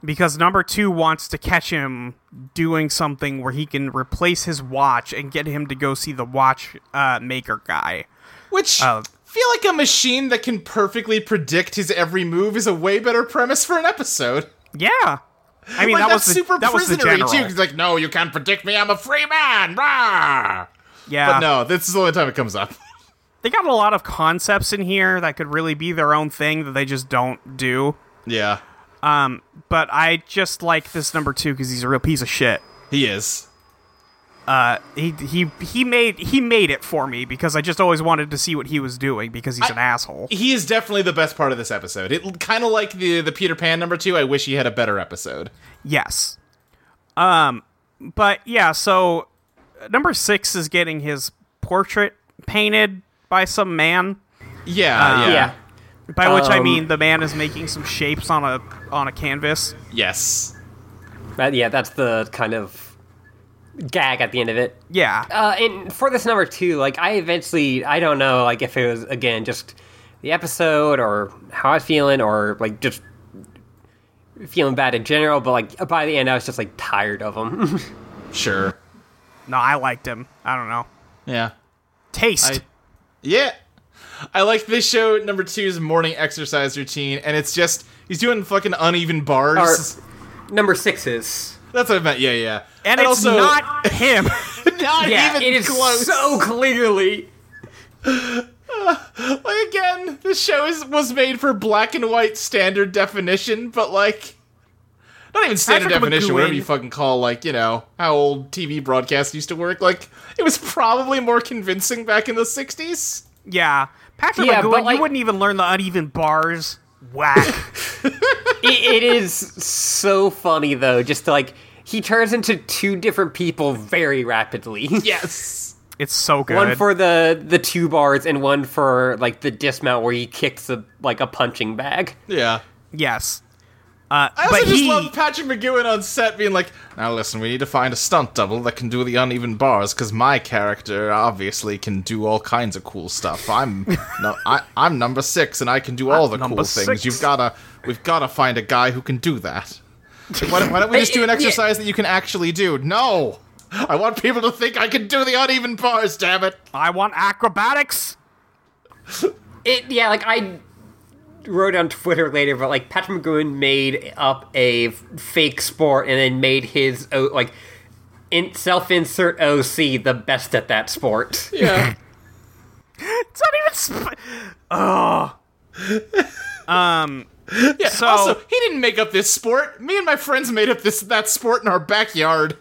Speaker 3: because number two wants to catch him doing something where he can replace his watch and get him to go see the watch uh, maker guy.
Speaker 2: Which
Speaker 3: Uh,
Speaker 2: feel like a machine that can perfectly predict his every move is a way better premise for an episode.
Speaker 3: Yeah. I mean
Speaker 2: like
Speaker 3: that was
Speaker 2: that's
Speaker 3: the,
Speaker 2: super
Speaker 3: that was the
Speaker 2: prisonery
Speaker 3: general.
Speaker 2: too. 'cause like, no, you can't predict me. I'm a free man. Rah!
Speaker 3: Yeah.
Speaker 2: But no, this is the only time it comes up.
Speaker 3: They got a lot of concepts in here that could really be their own thing that they just don't do.
Speaker 2: yeah,
Speaker 3: Um, but I just like this number two because he's a real piece of shit.
Speaker 2: he is.
Speaker 3: He he he made he made it for me because I just always wanted to see what he was doing because he's an asshole.
Speaker 2: He is definitely the best part of this episode. It kind of like the the Peter Pan number two. I wish he had a better episode.
Speaker 3: Yes. Um, but yeah, so uh, number six is getting his portrait painted by some man. Uh,
Speaker 2: Yeah, yeah,
Speaker 1: yeah.
Speaker 3: By which I
Speaker 1: Um,
Speaker 3: mean the man is making some shapes on a on a canvas.
Speaker 2: yes.
Speaker 1: That, yeah, that's the kind of gag at the end of it.
Speaker 3: Yeah.
Speaker 1: Uh, and for this number two, like I eventually, I don't know, like if it was again just the episode or how I was feeling or like just feeling bad in general, but like by the end, I was just like tired of them.
Speaker 2: Sure.
Speaker 3: No, I liked him. I don't know.
Speaker 2: Yeah.
Speaker 3: Taste.
Speaker 2: I- Yeah. I like this show number two's morning exercise routine, and it's just he's doing fucking uneven bars.
Speaker 1: number sixes.
Speaker 2: That's what I meant. Yeah, yeah.
Speaker 3: and it's
Speaker 2: also,
Speaker 3: not him.
Speaker 2: not
Speaker 1: Yeah,
Speaker 2: even
Speaker 1: it is
Speaker 2: close.
Speaker 1: so clearly.
Speaker 2: like again, this show is was made for black and white standard definition, but like not even standard
Speaker 3: Patrick
Speaker 2: definition, whatever
Speaker 3: McGowan.
Speaker 2: you fucking call like, you know, how old TV broadcasts used to work. Like it was probably more convincing back in the 60s.
Speaker 3: yeah. Patrick
Speaker 1: Yeah,
Speaker 3: McGowan,
Speaker 1: but, like-
Speaker 3: you wouldn't even learn the uneven bars. Whack.
Speaker 1: It, it is so funny though, just to, like he turns into two different people very rapidly.
Speaker 2: Yes.
Speaker 3: it's so good.
Speaker 1: One for the the two bars and one for like the dismount where he kicks a like a punching bag.
Speaker 2: Yeah.
Speaker 3: yes. Uh,
Speaker 2: I also
Speaker 3: but
Speaker 2: just
Speaker 3: he,
Speaker 2: love Patrick McGowan on set being like, now listen, we need to find a stunt double that can do the uneven bars because my character obviously can do all kinds of cool stuff. I'm no, I, I'm number six and I can do all the
Speaker 3: number
Speaker 2: cool
Speaker 3: six.
Speaker 2: things. You've gotta, we've gotta find a guy who can do that. Why don't, why don't we just do an
Speaker 1: Yeah.
Speaker 2: exercise that you can actually do? No, I want people to think I can do the uneven bars. Damn it!
Speaker 3: I want acrobatics.
Speaker 1: It yeah, like I wrote on Twitter later, but like Patrick McGoon made up a f- fake sport and then made his o- like in, self-insert OC the best at that sport.
Speaker 2: Yeah.
Speaker 3: It's not even. Sp- oh. um. so
Speaker 2: also, he didn't make up this sport. Me and my friends made up this that sport in our backyard.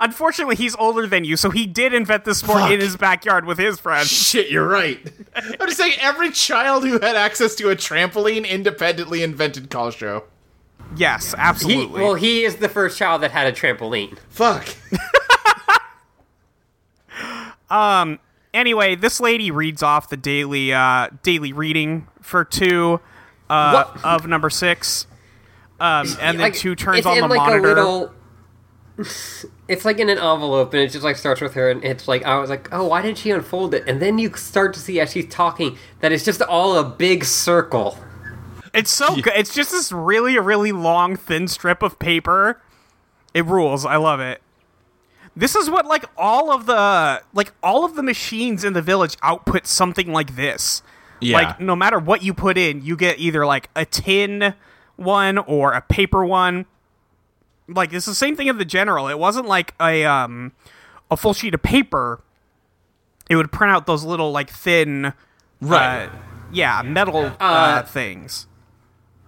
Speaker 3: unfortunately, he's older than you, so he did invent this sport
Speaker 2: Fuck.
Speaker 3: in his backyard with his friends.
Speaker 2: Shit, you're right. I'm just saying, every child who had access to a trampoline independently invented call show.
Speaker 3: Yes,
Speaker 1: He,
Speaker 3: absolutely.
Speaker 1: well, he is the first child that had a trampoline.
Speaker 2: Fuck.
Speaker 3: anyway, this lady reads off the daily uh, daily reading for two uh,
Speaker 1: What?
Speaker 3: of number six, um, and then
Speaker 1: like,
Speaker 3: two turns
Speaker 1: it's
Speaker 3: on
Speaker 1: in,
Speaker 3: the
Speaker 1: like,
Speaker 3: monitor.
Speaker 1: A little, it's like in an envelope, and it just like starts with her, and it's like I was like, oh, why didn't she unfold it? And then you start to see as she's talking that it's just all a big circle.
Speaker 3: It's so good. It's just this really, really long, thin strip of paper. It rules. I love it. This is what like all of the like all of the machines in the village output something like this.
Speaker 2: Yeah.
Speaker 3: Like no matter what you put in, you get either like a tin one or a paper one. Like it's the same thing in the general. It wasn't like a um a full sheet of paper. It would print out those little like thin
Speaker 2: Right.
Speaker 3: uh, yeah, metal uh, things.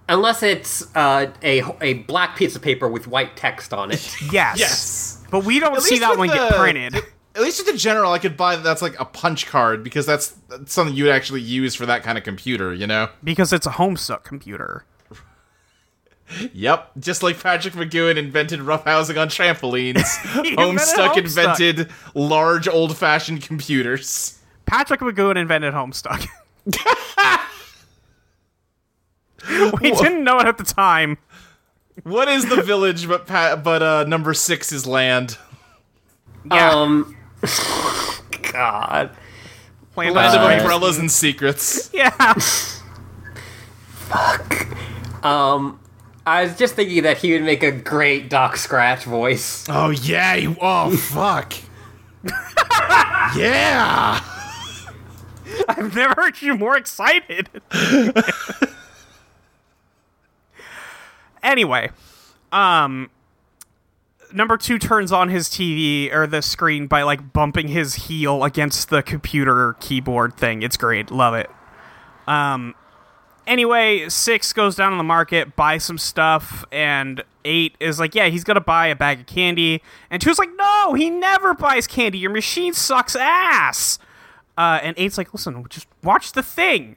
Speaker 1: Unless it's uh, a a black piece of paper with white text on it.
Speaker 3: Yes.
Speaker 2: Yes.
Speaker 3: But we don't
Speaker 2: At
Speaker 3: see
Speaker 2: least with
Speaker 3: that one get
Speaker 2: the-
Speaker 3: printed.
Speaker 2: At least with the general, I could buy that that's like a punch card because that's, that's something you would actually use for that kind of computer, you know?
Speaker 3: Because it's a homestuck computer.
Speaker 2: Yep. Just like Patrick McGowan invented roughhousing on trampolines,
Speaker 3: He invented
Speaker 2: Homestuck
Speaker 3: Homestuck.
Speaker 2: invented large old fashioned computers.
Speaker 3: Patrick McGowan invented homestuck. we
Speaker 2: Wha-
Speaker 3: didn't know it at the time.
Speaker 2: What is the village but pa- but uh, number six is land?
Speaker 3: Yeah.
Speaker 1: Um, God,
Speaker 3: Planned
Speaker 2: Land
Speaker 3: on-
Speaker 2: of umbrellas and secrets.
Speaker 3: yeah.
Speaker 1: I was just thinking that he would make a great Doc Scratch voice.
Speaker 2: Oh yeah! You, oh fuck! yeah!
Speaker 3: I've never heard you more excited. anyway, um number 2 turns on his TV or the screen by like bumping his heel against the computer keyboard thing. It's great. Love it. Um anyway, 6 goes down on the market, buys some stuff and 8 is like, "Yeah, he's going to buy a bag of candy." And 2's like, "No, he never buys candy. Your machine sucks ass." uh, and eight's like, listen, just watch the thing.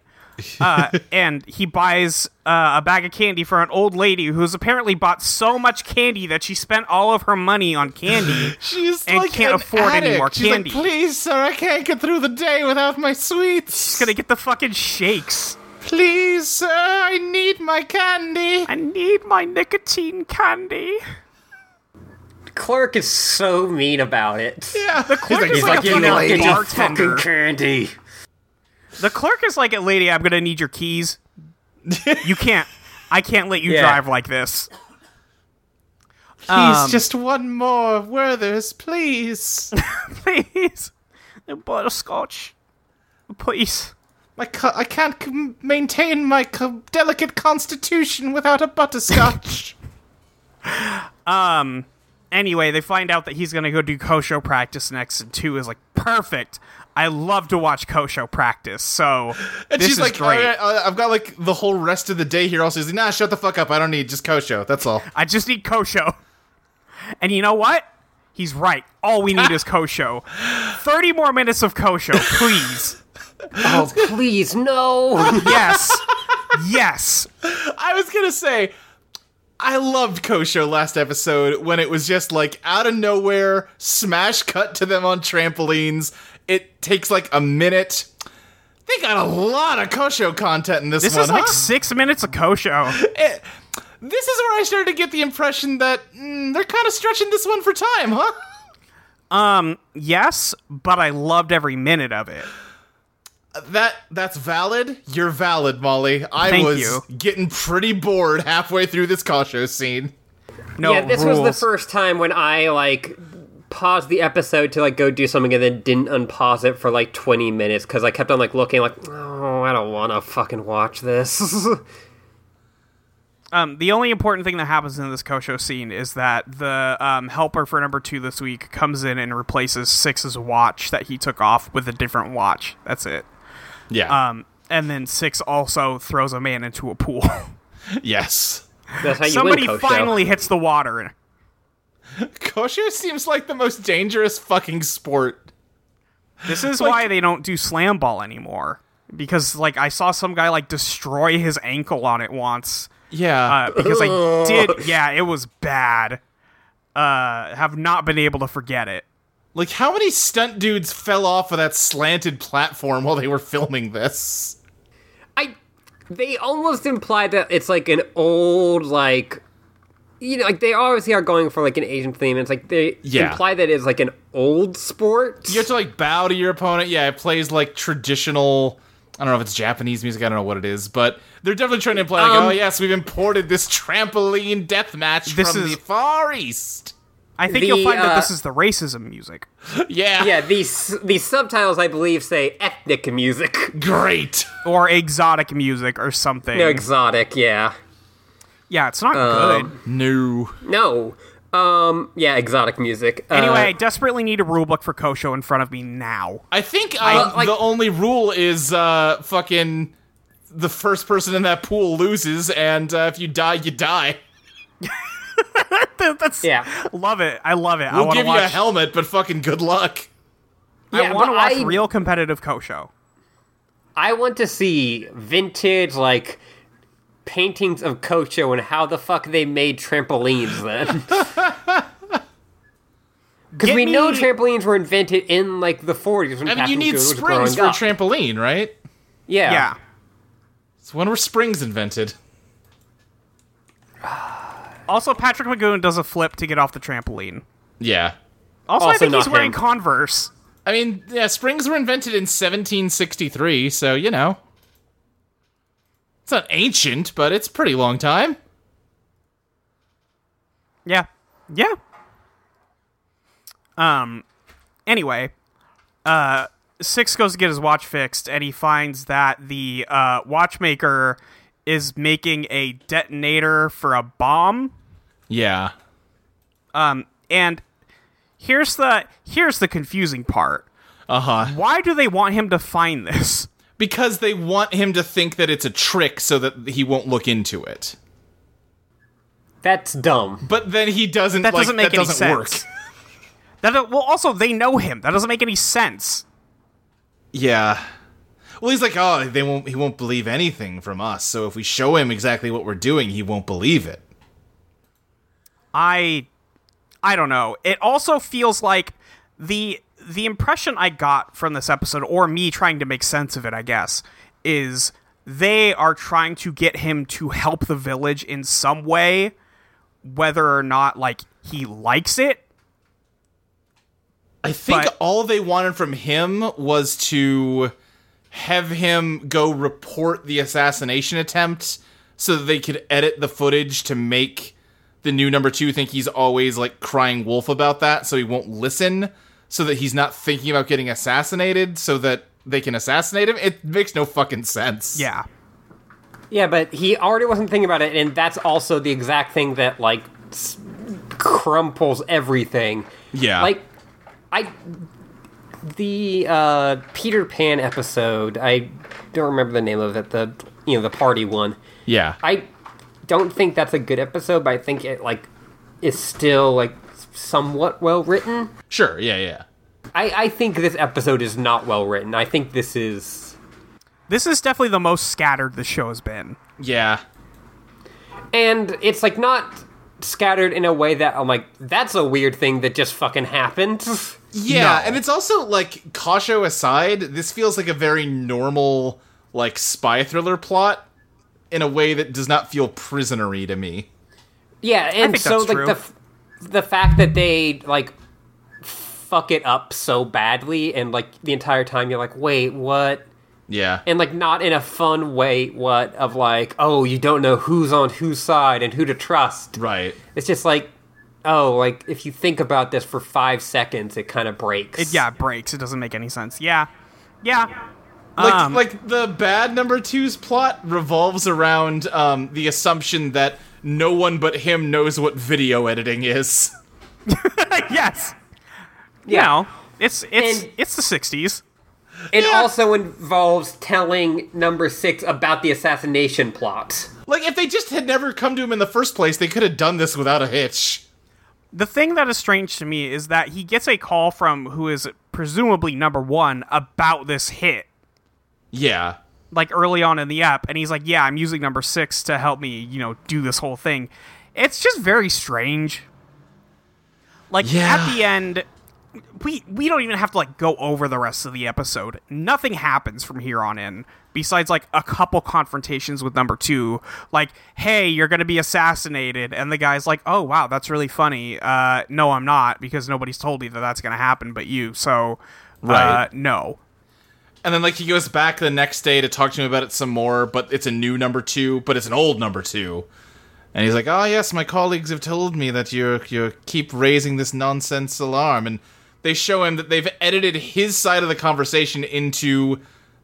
Speaker 3: Uh, and he buys uh, a bag of candy for an old lady who's apparently bought so much candy that she spent all of her money on candy.
Speaker 2: She's
Speaker 3: And
Speaker 2: like
Speaker 3: can't
Speaker 2: an
Speaker 3: afford any
Speaker 2: addict.
Speaker 3: more
Speaker 2: She's like,
Speaker 3: candy.
Speaker 2: Please, sir, I can't get through the day without my sweets.
Speaker 3: She's gonna get the fucking shakes.
Speaker 2: Please, sir, I need my candy.
Speaker 3: I need my nicotine candy.
Speaker 1: Clerk is so mean about it.
Speaker 2: Yeah, the
Speaker 3: clerk is
Speaker 1: He's
Speaker 3: like
Speaker 1: like,
Speaker 3: a
Speaker 1: you
Speaker 3: fucking
Speaker 1: know, get your
Speaker 3: bartender."
Speaker 1: fucking candy.
Speaker 3: The clerk is like, lady, I'm gonna need your keys. You can't. I can't let you
Speaker 1: Yeah.
Speaker 3: drive like this.
Speaker 2: please, just one more Werther's, please.
Speaker 3: Please. A butterscotch. Please.
Speaker 2: My co- I can't com- maintain my co- delicate constitution without a butterscotch.
Speaker 3: anyway, they find out that he's going to go do Kosho practice next, and two is like, perfect. I love to watch Kosho practice, so
Speaker 2: And
Speaker 3: this
Speaker 2: she's
Speaker 3: is
Speaker 2: like,
Speaker 3: great.
Speaker 2: "Alright, uh, I've got like the whole rest of the day here. Also, he's like, nah, shut the fuck up. I don't need just Kosho. That's all.
Speaker 3: I just need Kosho. And you know what? He's right. All we need is Kosho. 30 more minutes of Kosho, please.
Speaker 1: Oh, please, no!
Speaker 3: yes. Yes.
Speaker 2: I was gonna say, I loved Kosho last episode when it was just like out of nowhere, smash cut to them on trampolines. It takes like a minute. They They got a lot of Kosho content in this,
Speaker 3: This
Speaker 2: one.
Speaker 3: is like
Speaker 2: huh?
Speaker 3: six minutes of Kosho.
Speaker 2: Eh, this is where I started to get the impression that mm, they're kind of stretching this one for time, huh?
Speaker 3: yes, but I loved every minute of it.
Speaker 2: That that's valid. You're valid, Molly. I
Speaker 3: Thank
Speaker 2: was
Speaker 3: you.
Speaker 2: getting pretty bored halfway through this Kosho scene.
Speaker 3: No,
Speaker 1: yeah, this was the
Speaker 3: rules.
Speaker 1: first time when I like paused the episode to like go do something and then didn't unpause it for like 20 minutes because I kept on like looking like, oh, I don't want to fucking watch this.
Speaker 3: Um, the only important thing that happens in this Kosho scene is that the um, helper for number two this week comes in and replaces Six's watch that he took off with a different watch. That's it.
Speaker 2: Yeah.
Speaker 3: Um, and then Six also throws a man into a pool.
Speaker 2: yes.
Speaker 1: That's how you
Speaker 3: Somebody
Speaker 1: win Kosho.
Speaker 3: finally hits the water.
Speaker 2: Kosho seems like the most dangerous fucking sport.
Speaker 3: This is
Speaker 2: Like-
Speaker 3: why they don't do slam ball anymore. Because like I saw some guy like destroy his ankle on it once.
Speaker 2: Yeah.
Speaker 3: Uh, because I did, yeah, it was bad. Uh, have not been able to forget it.
Speaker 2: like how many stunt dudes fell off of that slanted platform while they were filming this?
Speaker 1: I they almost imply that it's like an old like you know like they obviously are going for like an Asian theme. It's like they
Speaker 2: Yeah.
Speaker 1: imply that it's like an old sport.
Speaker 2: You have to like bow to your opponent. Yeah, it plays like traditional. I don't know if it's Japanese music. I don't know what it is, but they're definitely trying to imply, like,
Speaker 1: Um,
Speaker 2: oh yes, we've imported this trampoline death match
Speaker 3: This
Speaker 2: from
Speaker 3: is-
Speaker 2: the far east.
Speaker 3: I think
Speaker 1: The,
Speaker 3: you'll find that
Speaker 1: uh,
Speaker 3: this is the racism music.
Speaker 2: Yeah,
Speaker 1: yeah, these these subtitles I believe say ethnic music.
Speaker 2: great.
Speaker 3: Or exotic music or something.
Speaker 1: They're exotic, yeah.
Speaker 3: yeah, it's not good.
Speaker 2: No,
Speaker 1: No. Um yeah, exotic music. Uh,
Speaker 3: Anyway, I desperately need a rulebook for Kosho in front of me now.
Speaker 2: I think uh,
Speaker 1: like-
Speaker 2: the only rule is uh, fucking the first person in that pool loses, and uh, if you die, you die.
Speaker 3: That- That's
Speaker 1: Yeah.
Speaker 3: Love it. I love it. I
Speaker 2: We'll
Speaker 3: want to
Speaker 2: give you a
Speaker 3: watch.
Speaker 2: helmet, but fucking good luck.
Speaker 1: yeah,
Speaker 3: I want to
Speaker 1: but
Speaker 3: watch
Speaker 1: I-
Speaker 3: real competitive Kosho.
Speaker 1: I want to see vintage like paintings of Kocho and how the fuck they made trampolines then. Because
Speaker 3: Get
Speaker 1: we know
Speaker 3: me-
Speaker 1: trampolines were invented in like the 40s when
Speaker 2: I mean, you
Speaker 1: Captain
Speaker 2: need
Speaker 1: Goo was
Speaker 2: springs
Speaker 1: growing
Speaker 2: for a
Speaker 1: up.
Speaker 2: trampoline, right?
Speaker 1: yeah.
Speaker 3: Yeah.
Speaker 2: It's when were springs invented?
Speaker 3: Also, Patrick Magoon does a flip to get off the trampoline.
Speaker 2: Yeah.
Speaker 3: Also, I
Speaker 1: Also
Speaker 3: think he's
Speaker 1: not
Speaker 3: wearing
Speaker 1: him.
Speaker 3: Converse.
Speaker 2: I mean, yeah, springs were invented in 1763, so you know. It's not ancient, but it's a pretty long time.
Speaker 3: Yeah. Yeah. Um anyway, uh Six goes to get his watch fixed and he finds that the uh watchmaker is making a detonator for a bomb.
Speaker 2: Yeah.
Speaker 3: Um and here's the here's the confusing part.
Speaker 2: Uh-huh.
Speaker 3: Why do they want him to find this?
Speaker 2: Because they want him to think that it's a trick so that he won't look into it.
Speaker 1: That's dumb.
Speaker 2: But then he doesn't
Speaker 3: That
Speaker 2: like,
Speaker 3: doesn't make
Speaker 2: that
Speaker 3: any
Speaker 2: doesn't
Speaker 3: sense.
Speaker 2: work.
Speaker 3: That uh, well also they know him. That doesn't make any sense.
Speaker 2: Yeah. Well, he's like, "Oh, they won't he won't believe anything from us. So if we show him exactly what we're doing, he won't believe it."
Speaker 3: I I don't know. It also feels like the the impression I got from this episode or me trying to make sense of it, I guess, is they are trying to get him to help the village in some way whether or not like he likes it.
Speaker 2: I think
Speaker 3: But-
Speaker 2: all they wanted from him was to have him go report the assassination attempt so that they could edit the footage to make the new number two think he's always like crying wolf about that so he won't listen so that he's not thinking about getting assassinated so that they can assassinate him it makes no fucking sense
Speaker 3: Yeah.
Speaker 1: Yeah, but he already wasn't thinking about it, and that's also the exact thing that like s- crumples everything.
Speaker 2: yeah
Speaker 1: Like, I the uh, Peter Pan episode. I don't remember the name of it. The you know the party one.
Speaker 2: yeah
Speaker 1: I don't think that's a good episode, but I think it like is still like somewhat well written.
Speaker 2: sure yeah yeah
Speaker 1: I I think this episode is not well written. I think this is
Speaker 3: This is definitely the most scattered the show has been.
Speaker 2: yeah
Speaker 1: and it's like not scattered in a way that I'm like that's a weird thing that just fucking happened.
Speaker 2: Yeah,
Speaker 3: No.
Speaker 2: and it's also like Kasho aside, this feels like a very normal like spy thriller plot in a way that does not feel prisonery to me.
Speaker 1: Yeah, and
Speaker 3: think
Speaker 1: so
Speaker 3: that's
Speaker 1: like
Speaker 3: true.
Speaker 1: the f- the fact that they like fuck it up so badly, and like the entire time you're like, wait, what?
Speaker 2: Yeah.
Speaker 1: And like not in a fun way, what of like, oh, you don't know who's on whose side and who to trust.
Speaker 2: right.
Speaker 1: It's just like, oh, like if you think about this for five seconds, it kind of breaks.
Speaker 3: It, yeah, it breaks. It doesn't make any sense. Yeah. Yeah.
Speaker 2: Like
Speaker 3: Um,
Speaker 2: like the bad number two's plot revolves around um, the assumption that no one but him knows what video editing is.
Speaker 3: yes.
Speaker 1: Yeah.
Speaker 3: You know, it's it's
Speaker 1: And-
Speaker 3: it's the 60s.
Speaker 1: It
Speaker 2: Yeah.
Speaker 1: also involves telling number six about the assassination plot.
Speaker 2: Like if they just had never come to him in the first place, they could have done this without a hitch.
Speaker 3: The thing that is strange to me is that he gets a call from who is presumably number 1 about this hit
Speaker 2: Yeah.
Speaker 3: like early on in the app and he's like, "Yeah, I'm using number 6 to help me, you know, do this whole thing." It's just very strange. Like
Speaker 2: Yeah.
Speaker 3: at the end we we don't even have to like go over the rest of the episode. Nothing happens from here on in besides like a couple confrontations with number 2. Like, "Hey, you're going to be assassinated." And the guy's like, "Oh, wow, that's really funny. Uh no, I'm not because nobody's told me that that's going to happen but you." So, uh
Speaker 2: Right.
Speaker 3: no.
Speaker 2: And then like he goes back the next day to talk to him about it some more, but it's a new number two, but it's an old number two. And he's like, "Ah, yes, my colleagues have told me that you you keep raising this nonsense alarm." And they show him that they've edited his side of the conversation into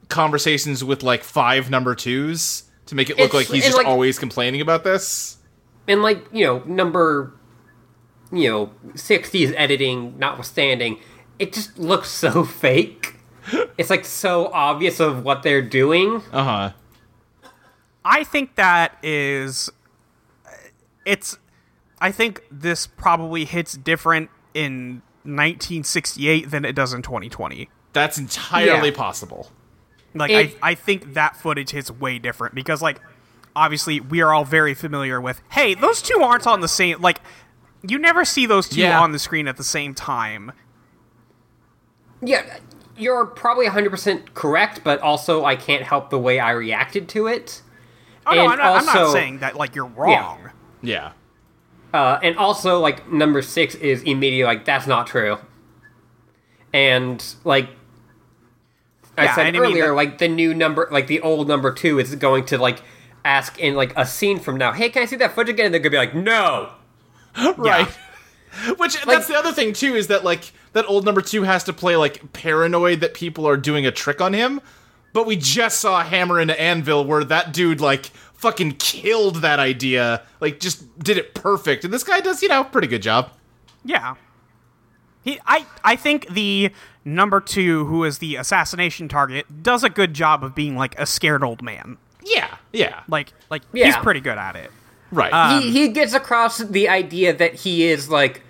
Speaker 2: conversations with like five number twos to make it look
Speaker 1: It's-
Speaker 2: like he's
Speaker 1: it's
Speaker 2: just
Speaker 1: like-
Speaker 2: always complaining about this.
Speaker 1: and like you know number you know 60s editing notwithstanding it just looks so fake it's like so obvious of what they're doing
Speaker 2: Uh huh.
Speaker 3: I think that is it's I think this probably hits different in 1968 than it does in 2020.
Speaker 2: That's entirely
Speaker 1: Yeah.
Speaker 2: possible.
Speaker 3: Like
Speaker 1: It-
Speaker 3: I I think that footage hits way different because like obviously we are all very familiar with hey, those two aren't on the same like you never see those two
Speaker 2: Yeah.
Speaker 3: on the screen at the same time.
Speaker 1: yeah you're probably 100% correct but also i can't help the way i reacted to it
Speaker 3: Oh no,
Speaker 1: And
Speaker 3: I'm not, I'm not
Speaker 1: also-
Speaker 3: saying that like you're wrong.
Speaker 2: Yeah.
Speaker 1: uh, and also like number six is immediately like that's not true and like i
Speaker 3: Yeah,
Speaker 1: said
Speaker 3: and I mean
Speaker 1: earlier
Speaker 3: that-
Speaker 1: like the new number like the old number two is going to like ask in like a scene from now hey can i see that footage again and they're gonna be like no
Speaker 2: right which that's the other thing too is that like that old number two has to play like paranoid that people are doing a trick on him but we just saw hammer into anvil where that dude like fucking killed that idea like just did it perfect and this guy does you know pretty good job
Speaker 3: Yeah. He, I, I think the number two, who is the assassination target, does a good job of being like a scared old man.
Speaker 2: yeah yeah
Speaker 3: Like, like he's
Speaker 1: Yeah.
Speaker 3: pretty good at it.
Speaker 2: right
Speaker 3: Um,
Speaker 1: he, he gets across the idea that he is like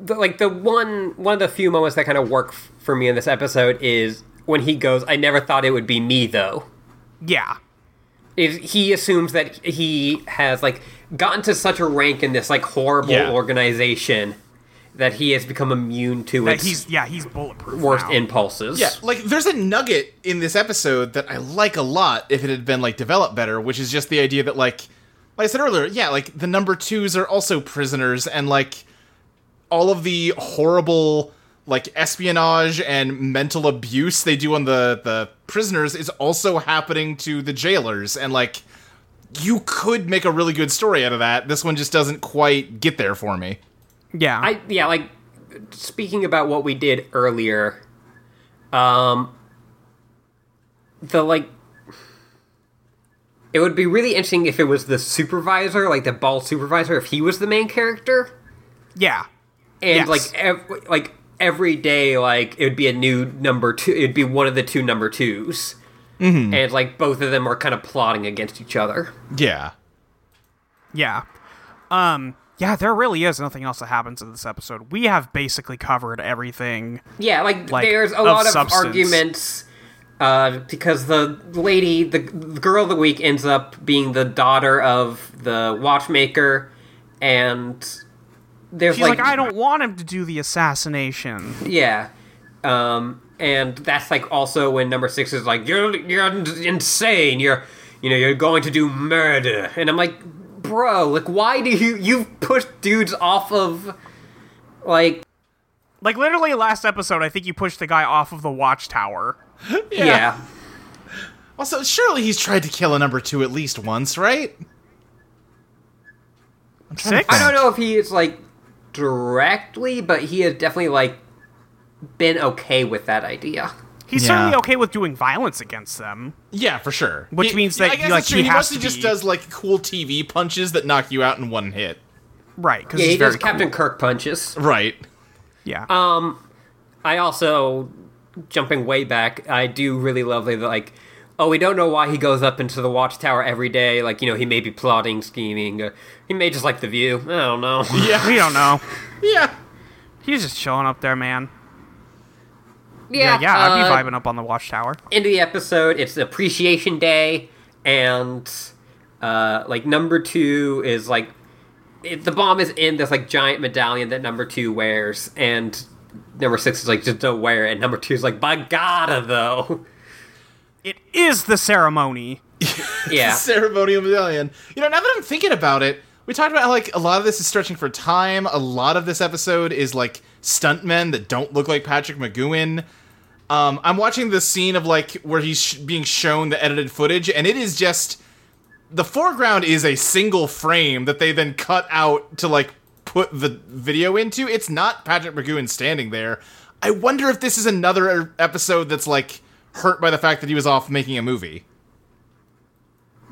Speaker 1: the, like the one one of the few moments that kind of work f- for me in this episode is when he goes i never thought it would be me though
Speaker 3: Yeah,
Speaker 1: is he assumes that he has like gotten to such a rank in this like horrible
Speaker 2: Yeah.
Speaker 1: organization that he has become immune to
Speaker 3: that
Speaker 1: its
Speaker 3: he's yeah he's bulletproof.
Speaker 1: worst
Speaker 3: now.
Speaker 1: impulses.
Speaker 2: Yeah, like there's a nugget in this episode that I like a lot if it had been like developed better, which is just the idea that like like I said earlier, yeah, like the number twos are also prisoners and like all of the horrible like espionage and mental abuse they do on the the prisoners is also happening to the jailers and like you could make a really good story out of that. This one just doesn't quite get there for me.
Speaker 3: Yeah,
Speaker 1: I yeah, like speaking about what we did earlier, um the like it would be really interesting if it was the supervisor, like the ball supervisor, if he was the main character.
Speaker 3: yeah,
Speaker 1: and
Speaker 3: Yes.
Speaker 1: like ev- like every day like it would be a new number two it'd be one of the two number 2s mm-hmm. and like both of them are kind of plotting against each other
Speaker 2: Yeah.
Speaker 3: yeah. Um, yeah. There really is nothing else that happens in this episode. We have basically covered everything.
Speaker 1: yeah like,
Speaker 3: Like,
Speaker 1: there's a
Speaker 3: of
Speaker 1: lot of
Speaker 3: substance.
Speaker 1: arguments uh, because the lady the, the girl of the week ends up being the daughter of the watchmaker and there's
Speaker 3: She's like, I don't want him to do the assassination.
Speaker 1: Yeah. Um, and that's like also when number six is like, "You're you're insane. You're you know you're going to do murder." And I'm like, "Bro, like why do you you push dudes off of like
Speaker 3: Like literally last episode, I think you pushed the guy off of the watchtower.
Speaker 1: yeah,
Speaker 2: Also, surely he's tried to kill a number two at least once, right? I'm trying to
Speaker 3: Six?
Speaker 1: I
Speaker 2: think.
Speaker 1: don't know if he is like directly, but he has definitely like been okay with that idea."
Speaker 3: He's
Speaker 2: Yeah.
Speaker 3: certainly okay with doing violence against them.
Speaker 2: Yeah, for sure.
Speaker 3: Which
Speaker 2: He-
Speaker 3: means that
Speaker 2: I guess
Speaker 3: you, like,
Speaker 2: that's true.
Speaker 3: he
Speaker 2: he
Speaker 3: has
Speaker 2: mostly
Speaker 3: to
Speaker 2: just
Speaker 3: be-
Speaker 2: does like cool TV punches that knock you out in one hit.
Speaker 3: Right, because
Speaker 1: Yeah, he
Speaker 3: he's very
Speaker 1: does Captain Kirk punches.
Speaker 2: Right.
Speaker 3: cool. Yeah.
Speaker 1: I also jumping way back, I do really love the like oh we don't know why he goes up into the watchtower every day, like you know, he may be plotting, scheming, or he may just like the view. I don't know.
Speaker 3: we don't know.
Speaker 2: Yeah.
Speaker 3: He's just chilling up there, man.
Speaker 1: yeah,
Speaker 3: yeah, I'd be
Speaker 1: uh,
Speaker 3: vibing up on the watchtower.
Speaker 1: End of the episode, it's appreciation day and uh like number 2 is like it, the bomb is in this like giant medallion that number 2 wears and number 6 is like just don't wear it and number 2 is like by god though.
Speaker 3: It is the ceremony.
Speaker 1: yeah.
Speaker 2: Ceremonial medallion. You know, now that I'm thinking about it, we talked about how like a lot of this is stretching for time. A lot of this episode is like stuntmen that don't look like Patrick McGowan. Um, I'm watching the scene of like where he's sh- being shown the edited footage, and it is just the foreground is a single frame that they then cut out to like put the video into. It's not Patrick McGowan standing there. I wonder if this is another e-, episode that's like hurt by the fact that he was off making a movie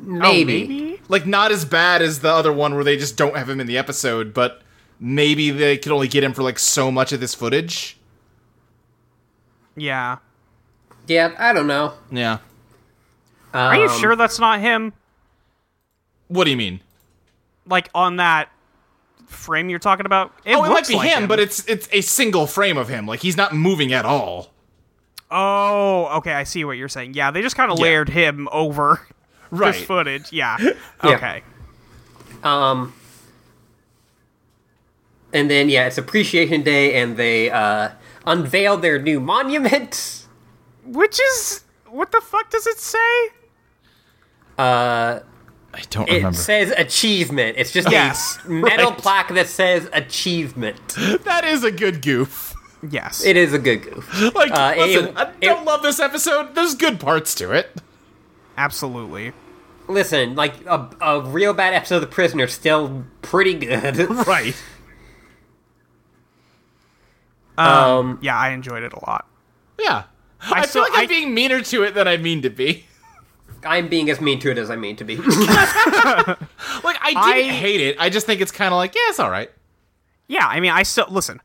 Speaker 3: Oh, maybe?
Speaker 2: like not as bad as the other one where they just don't have him in the episode, but maybe they could only get him for like so much of this footage.
Speaker 3: Yeah.
Speaker 1: Yeah, I don't know.
Speaker 2: Yeah.
Speaker 3: Are you
Speaker 1: Um,
Speaker 3: sure that's not him?
Speaker 2: What do you mean?
Speaker 3: Like on that frame you're talking about? It
Speaker 2: Oh, it might
Speaker 3: looks
Speaker 2: be
Speaker 3: like
Speaker 2: him, but it's it's a single frame of him. Like he's not moving at all.
Speaker 3: Oh, okay, I see what you're saying. Yeah, they just kind of
Speaker 2: Yeah.
Speaker 3: layered him over
Speaker 2: Right.
Speaker 3: this footage. Yeah. Okay.
Speaker 1: Um, and then yeah, it's Appreciation Day, and they uh, unveiled their new monument.
Speaker 3: Which is what the fuck does it say?
Speaker 2: I don't
Speaker 1: It
Speaker 2: remember.
Speaker 1: says achievement. It's just
Speaker 3: Yes,
Speaker 1: a metal
Speaker 2: right.
Speaker 1: plaque that says achievement.
Speaker 2: that is a good goof.
Speaker 3: Yes.
Speaker 1: It is a good goof.
Speaker 2: Like
Speaker 1: Uh, it-
Speaker 2: listen, I
Speaker 1: it-
Speaker 2: don't love this episode. There's good parts to it.
Speaker 3: Absolutely.
Speaker 1: Listen, like a, a real bad episode of The Prisoner, is still pretty good.
Speaker 2: Right.
Speaker 1: Um,
Speaker 3: Yeah, I enjoyed it a lot.
Speaker 2: Yeah. I,
Speaker 3: still-
Speaker 2: feel like I'm
Speaker 3: I-
Speaker 2: being meaner to it than I mean to be.
Speaker 1: I'm being as mean to it as I mean to be.
Speaker 2: Like I didn't
Speaker 3: I-
Speaker 2: hate it. I just think it's kind of like yeah, it's all right.
Speaker 3: Yeah, I mean, I still listen.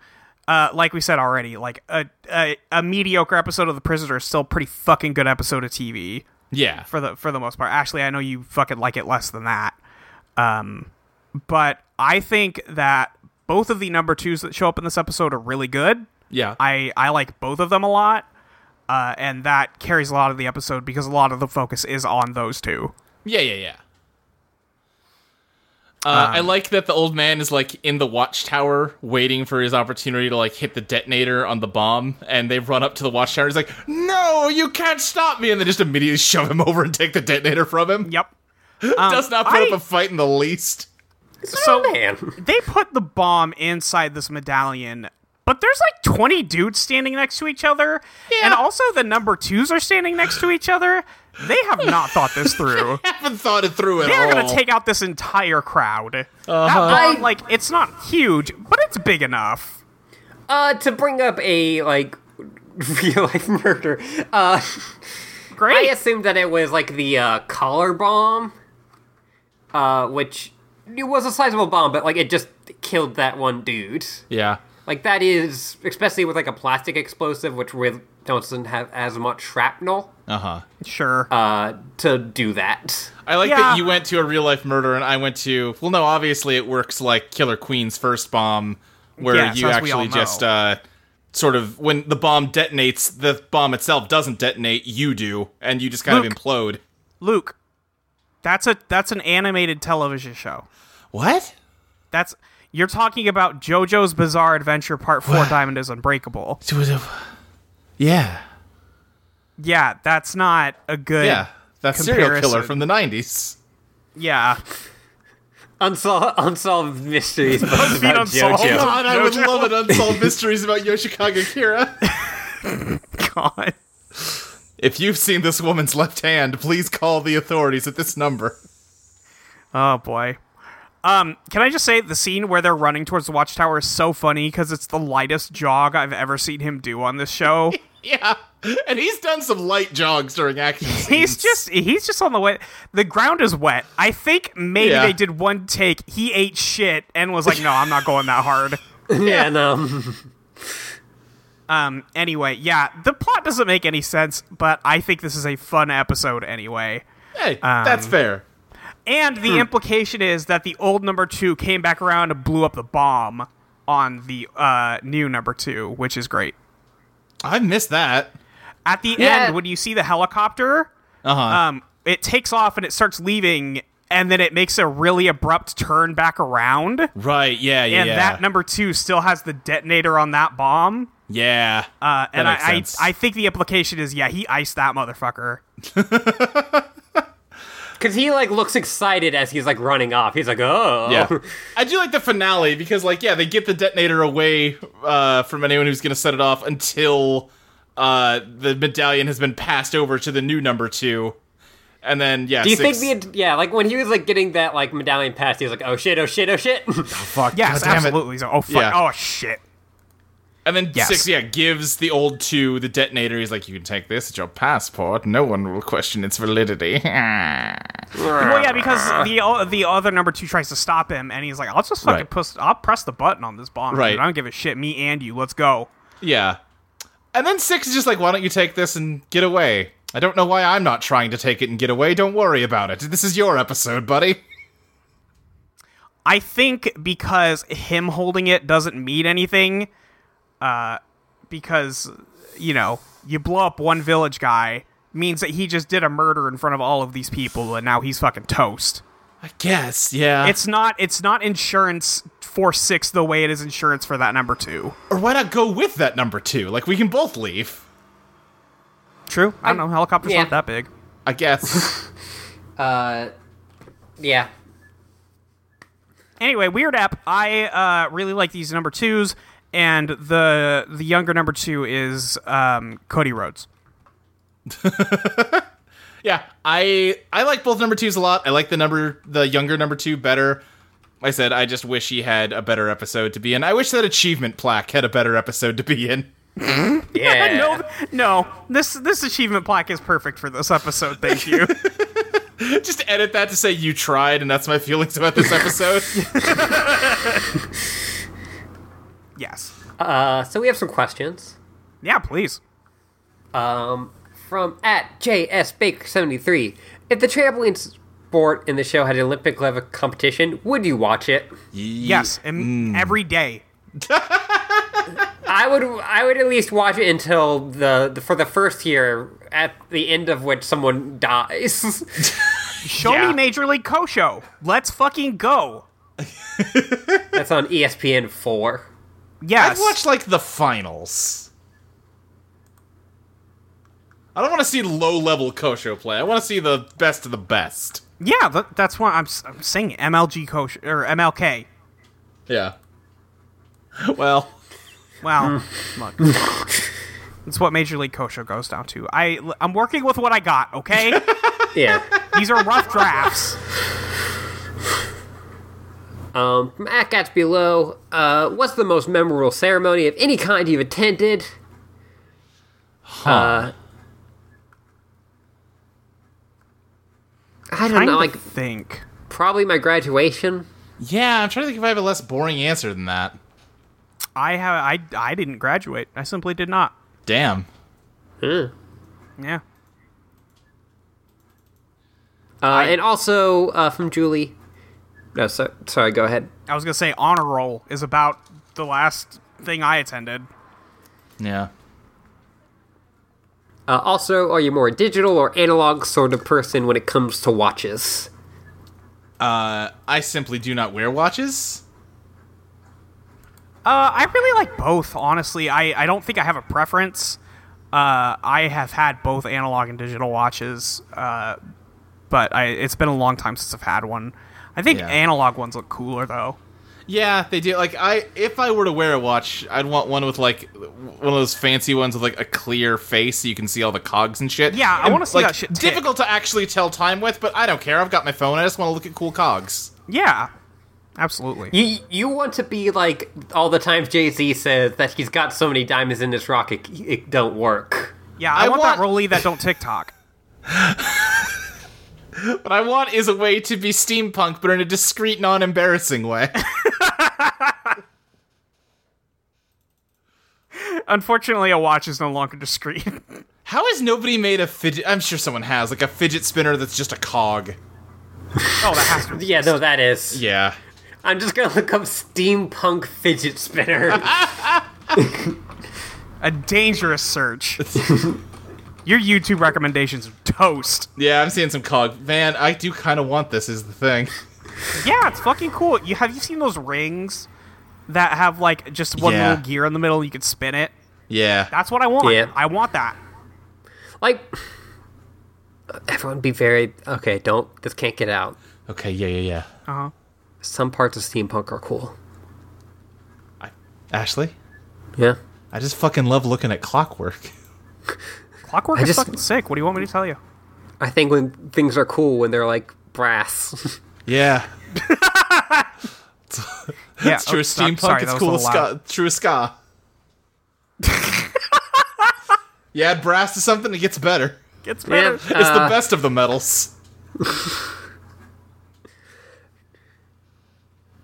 Speaker 3: Uh, like we said already, like a, a a mediocre episode of The Prisoner is still a pretty fucking good episode of TV
Speaker 2: Yeah.
Speaker 3: for the for the most part. Actually, I know you fucking like it less than that. Um, but I think that both of the number twos that show up in this episode are really good.
Speaker 2: Yeah.
Speaker 3: I I like both of them a lot, uh, and that carries a lot of the episode because a lot of the focus is on those two.
Speaker 2: Yeah, yeah, yeah. Uh,
Speaker 3: Um,
Speaker 2: I like that the old man is like in the watchtower waiting for his opportunity to like hit the detonator on the bomb, and they run up to the watchtower. He's like, "No, you can't stop me!" And they just immediately shove him over and take the detonator from him.
Speaker 3: Yep.
Speaker 2: Does not put
Speaker 3: Um, I-
Speaker 2: up a fight in the least.
Speaker 3: So
Speaker 1: Oh, Man,
Speaker 3: they put the bomb inside this medallion, but there's like 20 dudes standing next to each other, and also the number twos are standing next to each other. They have not thought this through.
Speaker 2: Haven't thought it through at
Speaker 3: They're
Speaker 2: all.
Speaker 1: Oh.
Speaker 3: gonna take out this entire crowd.
Speaker 1: Uh-huh.
Speaker 3: That bomb, like, it's not huge, but it's big enough.
Speaker 1: uh, to bring up a like real life murder, uh, I
Speaker 3: Great.
Speaker 1: assumed that it was like the uh, collar bomb, uh, which it was a sizable bomb, but like it just killed that one dude.
Speaker 2: yeah,
Speaker 1: Like that is, especially with like a plastic explosive, which really doesn't have as much shrapnel
Speaker 2: uh huh.
Speaker 3: sure.
Speaker 1: uh, to do that.
Speaker 2: I like
Speaker 3: Yeah.
Speaker 2: that you went to a real life murder and I went to well no obviously it works like Killer Queen's first bomb where
Speaker 3: Yes,
Speaker 2: you
Speaker 3: as we all
Speaker 2: actually
Speaker 3: know.
Speaker 2: just uh sort of when the bomb detonates the bomb itself doesn't detonate you do and you just kind
Speaker 3: Luke.
Speaker 2: of implode.
Speaker 3: Luke, that's a that's an animated television show.
Speaker 2: What?
Speaker 3: That's you're talking about JoJo's Bizarre Adventure Part Four: Diamond is Unbreakable.
Speaker 2: Yeah.
Speaker 3: Yeah, that's not a good.
Speaker 2: Yeah. That serial
Speaker 3: Comparison.
Speaker 2: killer from the 90s.
Speaker 3: yeah.
Speaker 1: Unsol- unsolved mysteries but about
Speaker 3: Unsolved.
Speaker 1: JoJo.
Speaker 2: God, I
Speaker 3: No
Speaker 2: would
Speaker 3: doubt.
Speaker 2: love an unsolved mysteries about Yoshikaga Kira.
Speaker 3: God.
Speaker 2: If you've seen this woman's left hand, please call the authorities at this number.
Speaker 3: Oh boy. Um, can I just say the scene where they're running towards the watchtower is so funny because it's the lightest jog I've ever seen him do on this show.
Speaker 2: Yeah, and he's done some light jogs during action.
Speaker 3: he's
Speaker 2: scenes.
Speaker 3: just he's just on the way. The ground is wet. I think maybe
Speaker 2: Yeah.
Speaker 3: they did one take. He ate shit and was like, "No, I'm not going that hard."
Speaker 1: Yeah, and um,
Speaker 3: Um, anyway, yeah, the plot doesn't make any sense, but I think this is a fun episode anyway.
Speaker 2: hey,
Speaker 3: um,
Speaker 2: that's fair.
Speaker 3: And
Speaker 2: Hmm.
Speaker 3: the implication is that the old number two came back around and blew up the bomb on the uh, new number two, which is great.
Speaker 2: I missed that.
Speaker 3: At the
Speaker 1: Yeah.
Speaker 3: end, when you see the helicopter,
Speaker 2: Uh huh.
Speaker 3: um, it takes off and it starts leaving, and then it makes a really abrupt turn back around.
Speaker 2: right. Yeah. Yeah.
Speaker 3: And
Speaker 2: yeah.
Speaker 3: that number two still has the detonator on that bomb.
Speaker 2: Yeah.
Speaker 3: Uh, and
Speaker 2: makes
Speaker 3: I,
Speaker 2: sense.
Speaker 3: I, I think the implication is, yeah, he iced that motherfucker.
Speaker 1: because he like looks excited as he's like running off. He's like, oh,
Speaker 2: yeah. I do like the finale because, like, yeah, they get the detonator away uh, from anyone who's going to set it off until uh, the medallion has been passed over to the new number two, and then yeah.
Speaker 1: Do you
Speaker 2: six-
Speaker 1: think the yeah, like when he was like getting that like medallion passed, he was like, oh shit, oh shit, oh shit.
Speaker 2: fuck?
Speaker 3: Yes,
Speaker 2: God damn it.
Speaker 3: absolutely. So, oh, fuck.
Speaker 2: Yeah.
Speaker 3: Oh, shit.
Speaker 2: And then
Speaker 3: Yes.
Speaker 2: six, yeah, gives the old two the detonator. He's like, "You can take this. It's your passport. No one will question its validity."
Speaker 3: Well, yeah, because the o- the other number two tries to stop him, and he's like, "I'll just fucking
Speaker 2: Right.
Speaker 3: push. I'll press the button on this bomb. dude.
Speaker 2: Right.
Speaker 3: I don't give a shit. Me and you. Let's go."
Speaker 2: yeah. And then six is just like, "Why don't you take this and get away?" I don't know why I'm not trying to take it and get away. Don't worry about it. This is your episode, buddy.
Speaker 3: I think because him holding it doesn't mean anything, uh, because you know you blow up one village guy means that he just did a murder in front of all of these people, and now he's fucking toast.
Speaker 2: I guess. Yeah.
Speaker 3: It's not. It's not insurance for six the way it is insurance for that number two.
Speaker 2: or why not go with that number two? Like we can both leave.
Speaker 3: True. I don't know. Helicopters
Speaker 1: yeah.
Speaker 3: aren't that big.
Speaker 2: I guess.
Speaker 1: uh, yeah.
Speaker 3: anyway, weird app. I uh, really like these number twos, and the the younger number two is um, Cody Rhodes.
Speaker 2: yeah. I I like both number twos a lot. I like the number the younger number two better. I said I just wish he had a better episode to be in. I wish that achievement plaque had a better episode to be in.
Speaker 1: Yeah.
Speaker 3: No, no, this this achievement plaque is perfect for this episode. Thank you.
Speaker 2: Just edit that to say you tried, and that's my feelings about this episode.
Speaker 3: yes.
Speaker 1: Uh, so we have some questions.
Speaker 3: Yeah, please.
Speaker 1: Um, from at JS Baker seventy three. If the trampoline sport in the show had an Olympic level competition, would you watch it?
Speaker 3: Yes, and
Speaker 2: mm.
Speaker 3: every day.
Speaker 1: I would. I would at least watch it until the, the for the first year, at the end of which someone dies.
Speaker 3: Show
Speaker 2: Yeah.
Speaker 3: me Major League Kosho. Let's fucking go.
Speaker 1: That's on E ESPN four.
Speaker 3: Yes.
Speaker 2: I've watched like the finals. I don't want to see low level Kosho play. I want to see the best of the best.
Speaker 3: yeah, th- that's why I'm, s- I'm saying MLG Kosho or MLK.
Speaker 2: Yeah. Well,
Speaker 3: Well,
Speaker 2: Mm.
Speaker 3: look. It's what Major League Kosho goes down to. I, I'm working with what I got, okay?
Speaker 1: Yeah.
Speaker 3: These are rough drafts.
Speaker 1: um, from at Cats below. Uh, what's the most memorable ceremony of any kind you've attended? Huh. I don't
Speaker 3: I
Speaker 1: know.
Speaker 3: like
Speaker 1: Like
Speaker 3: think.
Speaker 1: probably my graduation.
Speaker 2: yeah, I'm trying to think if I have a less boring answer than that.
Speaker 3: I have I I didn't graduate. I simply did not.
Speaker 2: Damn.
Speaker 1: Huh.
Speaker 3: Yeah.
Speaker 1: Uh, and also uh, from Julie. No, so, sorry. Go ahead.
Speaker 3: I was gonna say honor roll is about the last thing I attended.
Speaker 2: Yeah.
Speaker 1: Uh, also, are you more a digital or analog sort of person when it comes to watches?
Speaker 2: I simply do not wear watches.
Speaker 3: Uh, I really like both, honestly. I, I don't think I have a preference. Uh, I have had both analog and digital watches, uh, but I, it's been a long time since I've had one. I think
Speaker 2: Yeah.
Speaker 3: analog ones look cooler though.
Speaker 2: Yeah, they do. Like I, if I were to wear a watch, I'd want one with like one of those fancy ones with like a clear face so you can see all the cogs and shit.
Speaker 3: Yeah, I
Speaker 2: And,
Speaker 3: wanna see
Speaker 2: like,
Speaker 3: that shit tick.
Speaker 2: Difficult to actually tell time with, but I don't care. I've got my phone. I just want to look at cool cogs.
Speaker 3: Yeah, absolutely.
Speaker 1: You you want to be like all the times Jay Z says that he's got so many diamonds in this rock it, it don't work.
Speaker 3: Yeah, I,
Speaker 2: I
Speaker 3: want, that
Speaker 2: want-
Speaker 3: Rolly that don't TikTok.
Speaker 2: What I want is a way to be steampunk, but in a discreet, non-embarrassing way.
Speaker 3: Unfortunately, a watch is no longer discreet.
Speaker 2: How has nobody made a fidget? I'm sure someone has, like a fidget spinner that's just a cog.
Speaker 3: oh, that has to. Be.
Speaker 1: Yeah, no, that is.
Speaker 2: Yeah.
Speaker 1: I'm just gonna look up steampunk fidget spinner.
Speaker 3: a dangerous search. Your YouTube recommendations are toast.
Speaker 2: Yeah, I'm seeing some cog. Man, I do kind of want this. Is the thing.
Speaker 3: Yeah, it's fucking cool. You have you seen those rings that have like just one
Speaker 2: Yeah.
Speaker 3: little gear in the middle and you can spin it?
Speaker 2: Yeah.
Speaker 3: That's what I want.
Speaker 1: Yeah.
Speaker 3: I want that.
Speaker 1: like, everyone be very okay. Don't this can't get out.
Speaker 2: Okay. Yeah. Yeah. Yeah.
Speaker 3: Uh-huh.
Speaker 1: Some parts of steampunk are cool.
Speaker 2: I- Ashley,
Speaker 1: Yeah.
Speaker 2: I just fucking love looking at clockwork.
Speaker 3: Clockwork
Speaker 1: I
Speaker 3: is
Speaker 1: just-
Speaker 3: fucking sick. What do you want me to tell you?
Speaker 1: I think when things are cool when they're like brass.
Speaker 2: Yeah.
Speaker 3: Yeah,
Speaker 2: It's true
Speaker 3: oh,
Speaker 2: as
Speaker 3: sorry-
Speaker 2: steampunk.
Speaker 3: sorry,
Speaker 2: it's
Speaker 3: that was a
Speaker 2: cool as
Speaker 3: little loud.
Speaker 2: ska. True as ska. yeah, add brass to something, it gets better.
Speaker 3: Gets better.
Speaker 1: yeah.
Speaker 2: It's
Speaker 1: uh,
Speaker 2: the best of the metals.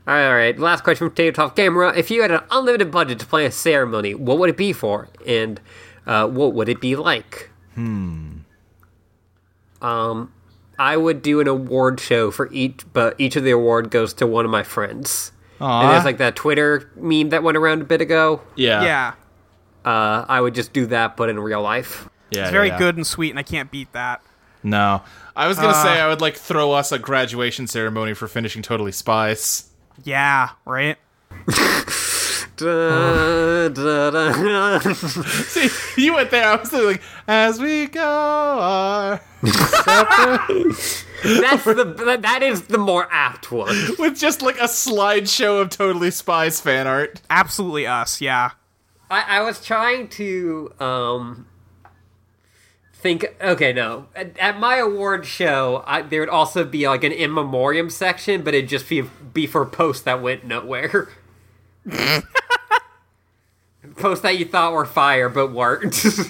Speaker 1: all right. Last question from Tabletop Camera. If you had an unlimited budget to play a ceremony, what would it be for, and uh, what would it be like? Hmm. Um, I would do an award show for each, but each of the award goes to one of my friends. And there's like that Twitter meme that went around a bit ago.
Speaker 2: yeah.
Speaker 3: yeah.
Speaker 1: Uh, I would just do that, but in real life.
Speaker 2: Yeah,
Speaker 3: It's very
Speaker 2: yeah.
Speaker 3: good and sweet and I can't beat that.
Speaker 2: No. I was gonna say I would like throw us a graduation ceremony for finishing Totally Spies.
Speaker 3: Yeah, right?
Speaker 1: Da, da, da, da.
Speaker 2: See, you went there. I was like, as we go our separate-"
Speaker 1: That's the that is the more apt one.
Speaker 2: with just like a slideshow of Totally Spies fan art.
Speaker 3: Absolutely us. Yeah.
Speaker 1: I, I was trying to um think. Okay, no. At, at my award show, I, there would also be like an in memoriam section, but it'd just be be for posts that went nowhere. posts that you thought were fire but weren't. Uh,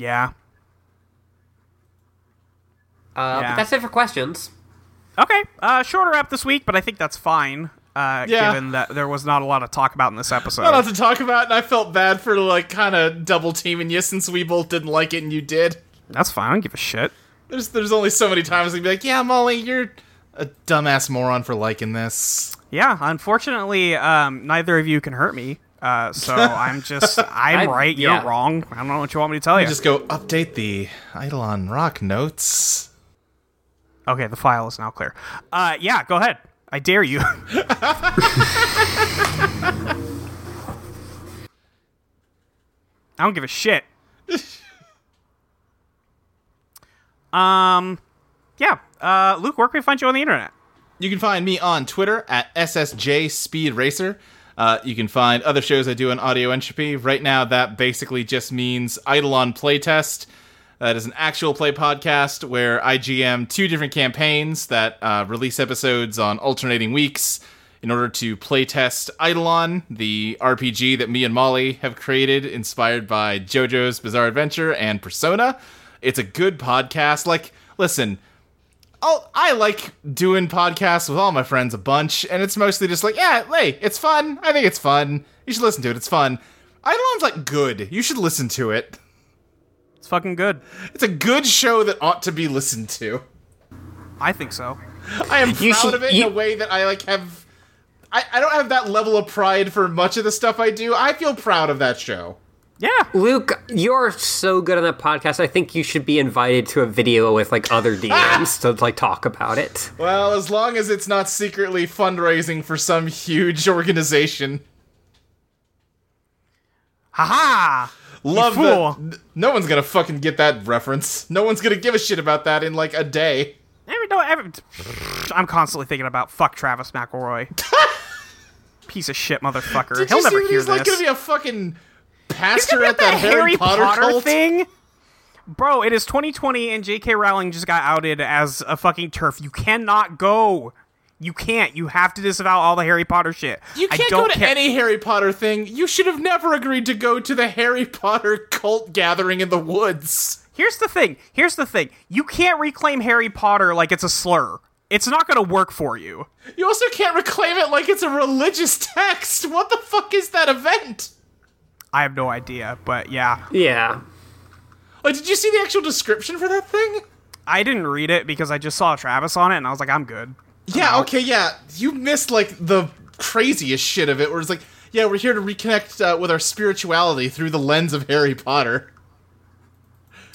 Speaker 3: Yeah.
Speaker 1: Uh,
Speaker 3: Yeah.
Speaker 1: But that's it for questions.
Speaker 3: Okay, uh, shorter app this week, but I think that's fine. Uh,
Speaker 2: Yeah.
Speaker 3: Given that there was not a lot to talk about in this episode.
Speaker 2: Not a lot to talk about, and I felt bad for like kind of double teaming you since we both didn't like it and you did.
Speaker 3: that's fine. I don't give a shit.
Speaker 2: There's there's only so many times I can be like, yeah, Molly, you're a dumbass moron for liking this.
Speaker 3: Yeah, unfortunately, um, neither of you can hurt me. Uh, so I'm just, I'm
Speaker 1: I-
Speaker 3: right, you're
Speaker 1: yeah.
Speaker 3: wrong. I don't know what you want me to tell you.
Speaker 2: Just go update the Eidolon Rock notes.
Speaker 3: Okay, the file is now clear. Uh, yeah, go ahead. I dare you. I don't give a shit. um, yeah. Uh, Luke, where can we find you on the internet?
Speaker 2: You can find me on Twitter at SSJ Speed Racer. Uh, you can find other shows I do on Audio Entropy. Right now, that basically just means Eidolon Playtest. That is an actual play podcast where I GM two different campaigns that uh, release episodes on alternating weeks in order to playtest Eidolon, the RPG that me and Molly have created, inspired by JoJo's Bizarre Adventure and Persona. It's a good podcast. Like, listen, I'll, I like doing podcasts with all my friends a bunch, and it's mostly just like, yeah, hey, it's fun. I think it's fun. You should listen to it. It's fun. Eidolon's like good. You should listen to it.
Speaker 3: It's fucking good.
Speaker 2: It's a good show that ought to be listened to.
Speaker 3: I think so.
Speaker 2: I am proud
Speaker 1: You should-
Speaker 2: of it
Speaker 1: you-
Speaker 2: in a way that I like have. I, I don't have that level of pride for much of the stuff I do. I feel proud of that show.
Speaker 3: Yeah.
Speaker 1: Luke, you're so good on that podcast. I think you should be invited to a video with like other DMs to like talk about it.
Speaker 2: Well, as long as it's not secretly fundraising for some huge organization.
Speaker 3: Haha!
Speaker 2: Love
Speaker 3: You fool.
Speaker 2: that. n- No one's gonna fucking get that reference. No one's gonna give a shit about that in like a day.
Speaker 3: Every, no, every, I'm constantly thinking about fuck Travis McElroy. Piece of shit motherfucker.
Speaker 2: Did
Speaker 3: He'll
Speaker 2: you see
Speaker 3: never
Speaker 2: that
Speaker 3: hear
Speaker 2: he's
Speaker 3: this.
Speaker 2: like gonna be a fucking
Speaker 3: It's gonna
Speaker 2: pastor
Speaker 3: be
Speaker 2: at that, Harry Potter, cult?
Speaker 3: thing. Bro, it is 2020 and J.K. Rowling just got outed as a fucking turf. You cannot go. You can't. You have to disavow all the Harry Potter shit.
Speaker 2: You
Speaker 3: I
Speaker 2: can't
Speaker 3: don't
Speaker 2: go to
Speaker 3: care-
Speaker 2: any Harry Potter thing. You should have never agreed to go to the Harry Potter cult gathering in the woods.
Speaker 3: Here's the thing. Here's the thing. You can't reclaim Harry Potter like it's a slur. It's not going to work for you.
Speaker 2: You also can't reclaim it like it's a religious text. What the fuck is that event?
Speaker 3: I have no idea, but yeah.
Speaker 1: Yeah.
Speaker 2: Like, did you see the actual description for that thing?
Speaker 3: I didn't read it because I just saw Travis on it and I was like, I'm good.
Speaker 2: Yeah, okay, yeah. You missed like the craziest shit of it, where it's like, yeah, we're here to reconnect uh, with our spirituality through the lens of Harry Potter.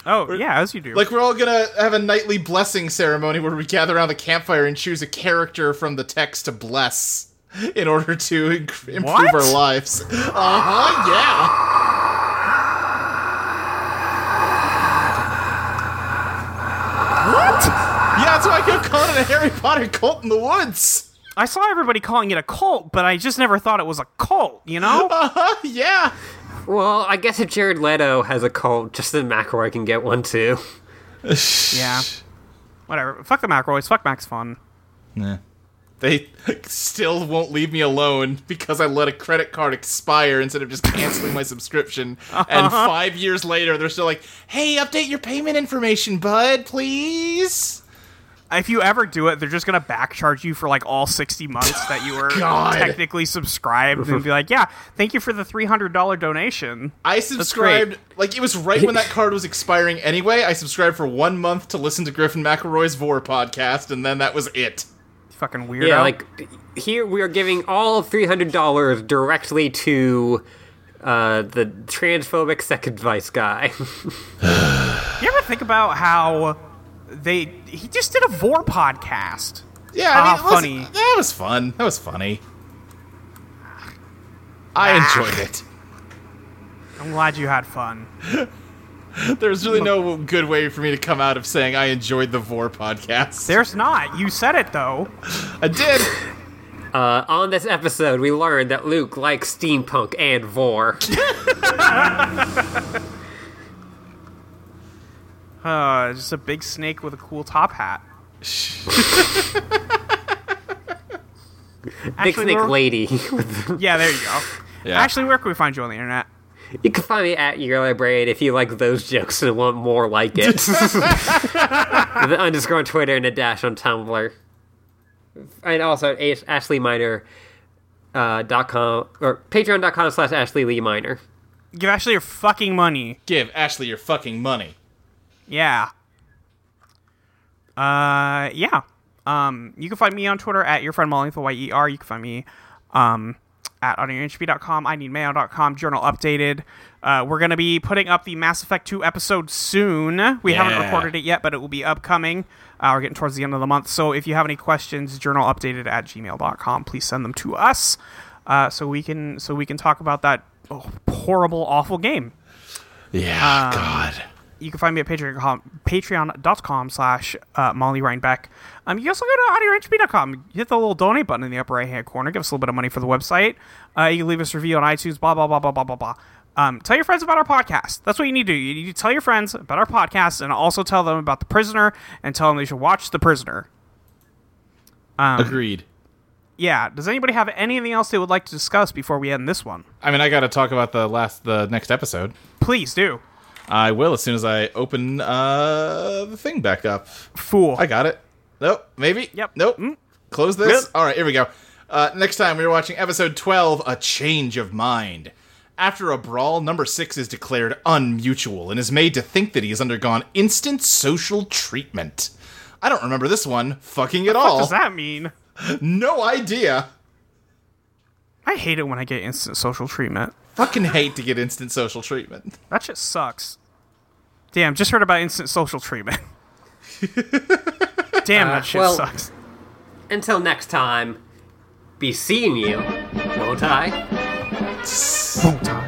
Speaker 3: Oh, yeah, as you do.
Speaker 2: Like, we're all gonna have a nightly blessing ceremony where we gather around the campfire and choose a character from the text to bless in order to in- improve
Speaker 3: What?
Speaker 2: our lives. Uh huh,
Speaker 3: what?
Speaker 2: yeah. Yeah, that's why I kept calling it a Harry Potter cult in the woods.
Speaker 3: I saw everybody calling it a cult, but I just never thought it was a cult, you know?
Speaker 2: Uh huh, yeah.
Speaker 1: Well, I guess if Jared Leto has a cold, Justin McElroy can get one too.
Speaker 3: yeah. Whatever. Fuck the McElroys. Fuck Max Fun.
Speaker 2: They still won't leave me alone because I let a credit card expire instead of just canceling my subscription. And
Speaker 3: Uh-huh.
Speaker 2: five years later, they're still like, hey, update your payment information, bud, please.
Speaker 3: If you ever do it, they're just gonna backcharge you for like all sixty months that you were
Speaker 2: God.
Speaker 3: technically subscribed, and be like, "Yeah, thank you for the three hundred dollar donation."
Speaker 2: I
Speaker 3: great.
Speaker 2: subscribed, like, it was right when that card was expiring anyway. I subscribed for one month to listen to Griffin McElroy's Vor podcast, and then that was it.
Speaker 3: Fucking weirdo.
Speaker 1: Yeah, like here we are giving all three hundred dollars directly to uh, the transphobic second vice guy.
Speaker 3: you ever think about how they? He just did a Vor podcast.
Speaker 2: Yeah, I mean,
Speaker 3: Ah,
Speaker 2: listen,
Speaker 3: funny.
Speaker 2: that was fun. That was funny.
Speaker 3: Ah.
Speaker 2: I enjoyed it.
Speaker 3: I'm glad you had fun.
Speaker 2: There's really no good way for me to come out of saying I enjoyed the Vor podcast.
Speaker 3: There's not. You said it though.
Speaker 2: I did.
Speaker 1: uh, on this episode, we learned that Luke likes steampunk and vor.
Speaker 3: Uh, just a big snake with a cool top hat.
Speaker 1: Big
Speaker 3: Actually,
Speaker 1: Snake
Speaker 3: we're-
Speaker 1: Lady.
Speaker 3: Yeah, there you go.
Speaker 2: Yeah.
Speaker 3: Actually, where can we find you on the internet?
Speaker 1: you can find me at your librarian if you like those jokes and want more like it. the underscore on Twitter and a dash on Tumblr, and also at Ashley Minor. Uh, dot com or patreon.com slash Ashley Lee Minor.
Speaker 3: Give Ashley your fucking money.
Speaker 2: Give Ashley your fucking money.
Speaker 3: Yeah. Uh, yeah. Um, you can find me on Twitter at your friend Mollingthal, Y-E-R. E You can find me, um, at audioentropy.com, I need mail.com, journal updated. Uh, we're going to be putting up the Mass Effect 2 episode soon. We haven't
Speaker 2: Yeah.
Speaker 3: recorded it yet, but it will be upcoming. Uh, we're getting towards the end of the month. So if you have any questions, journal updated at gmail.com, please send them to us. Uh, so we can, so we can talk about that oh, horrible, awful game
Speaker 2: Yeah, God.
Speaker 3: you can find me at patreon.com, patreon.com slash uh, molly reinbeck um, you can also go to audioentropy.com hit the little donate button in the upper right hand corner give us a little bit of money for the website uh, you can leave us a review on itunes blah blah blah blah blah blah blah um, tell your friends about our podcast that's what you need to do you need to tell your friends about our podcast and also tell them about the prisoner and tell them they should watch the prisoner
Speaker 2: Agreed.
Speaker 3: yeah does anybody have anything else they would like to discuss before we end this one
Speaker 2: I mean, I got to talk about the last, the next episode.
Speaker 3: please do
Speaker 2: I will as soon as I open uh the thing back up.
Speaker 3: fool
Speaker 2: I got it. Nope. Maybe.
Speaker 3: Yep.
Speaker 2: Nope.
Speaker 3: Mm.
Speaker 2: Close this.
Speaker 3: Yep.
Speaker 2: All right. Here we go. Uh, next time we are watching episode twelve, a change of mind. After a brawl, number six is declared unmutual and is made to think that he has undergone instant social treatment. I don't remember this one fucking at all.
Speaker 3: what does that mean
Speaker 2: No idea.
Speaker 3: i hate it when i get instant social treatment
Speaker 2: Fucking hate to get instant social treatment.
Speaker 3: That shit sucks. Damn, just heard about instant social treatment. Damn, that shit
Speaker 1: well-
Speaker 3: sucks.
Speaker 1: Until next time, be seeing you, won't I?
Speaker 3: Boom time.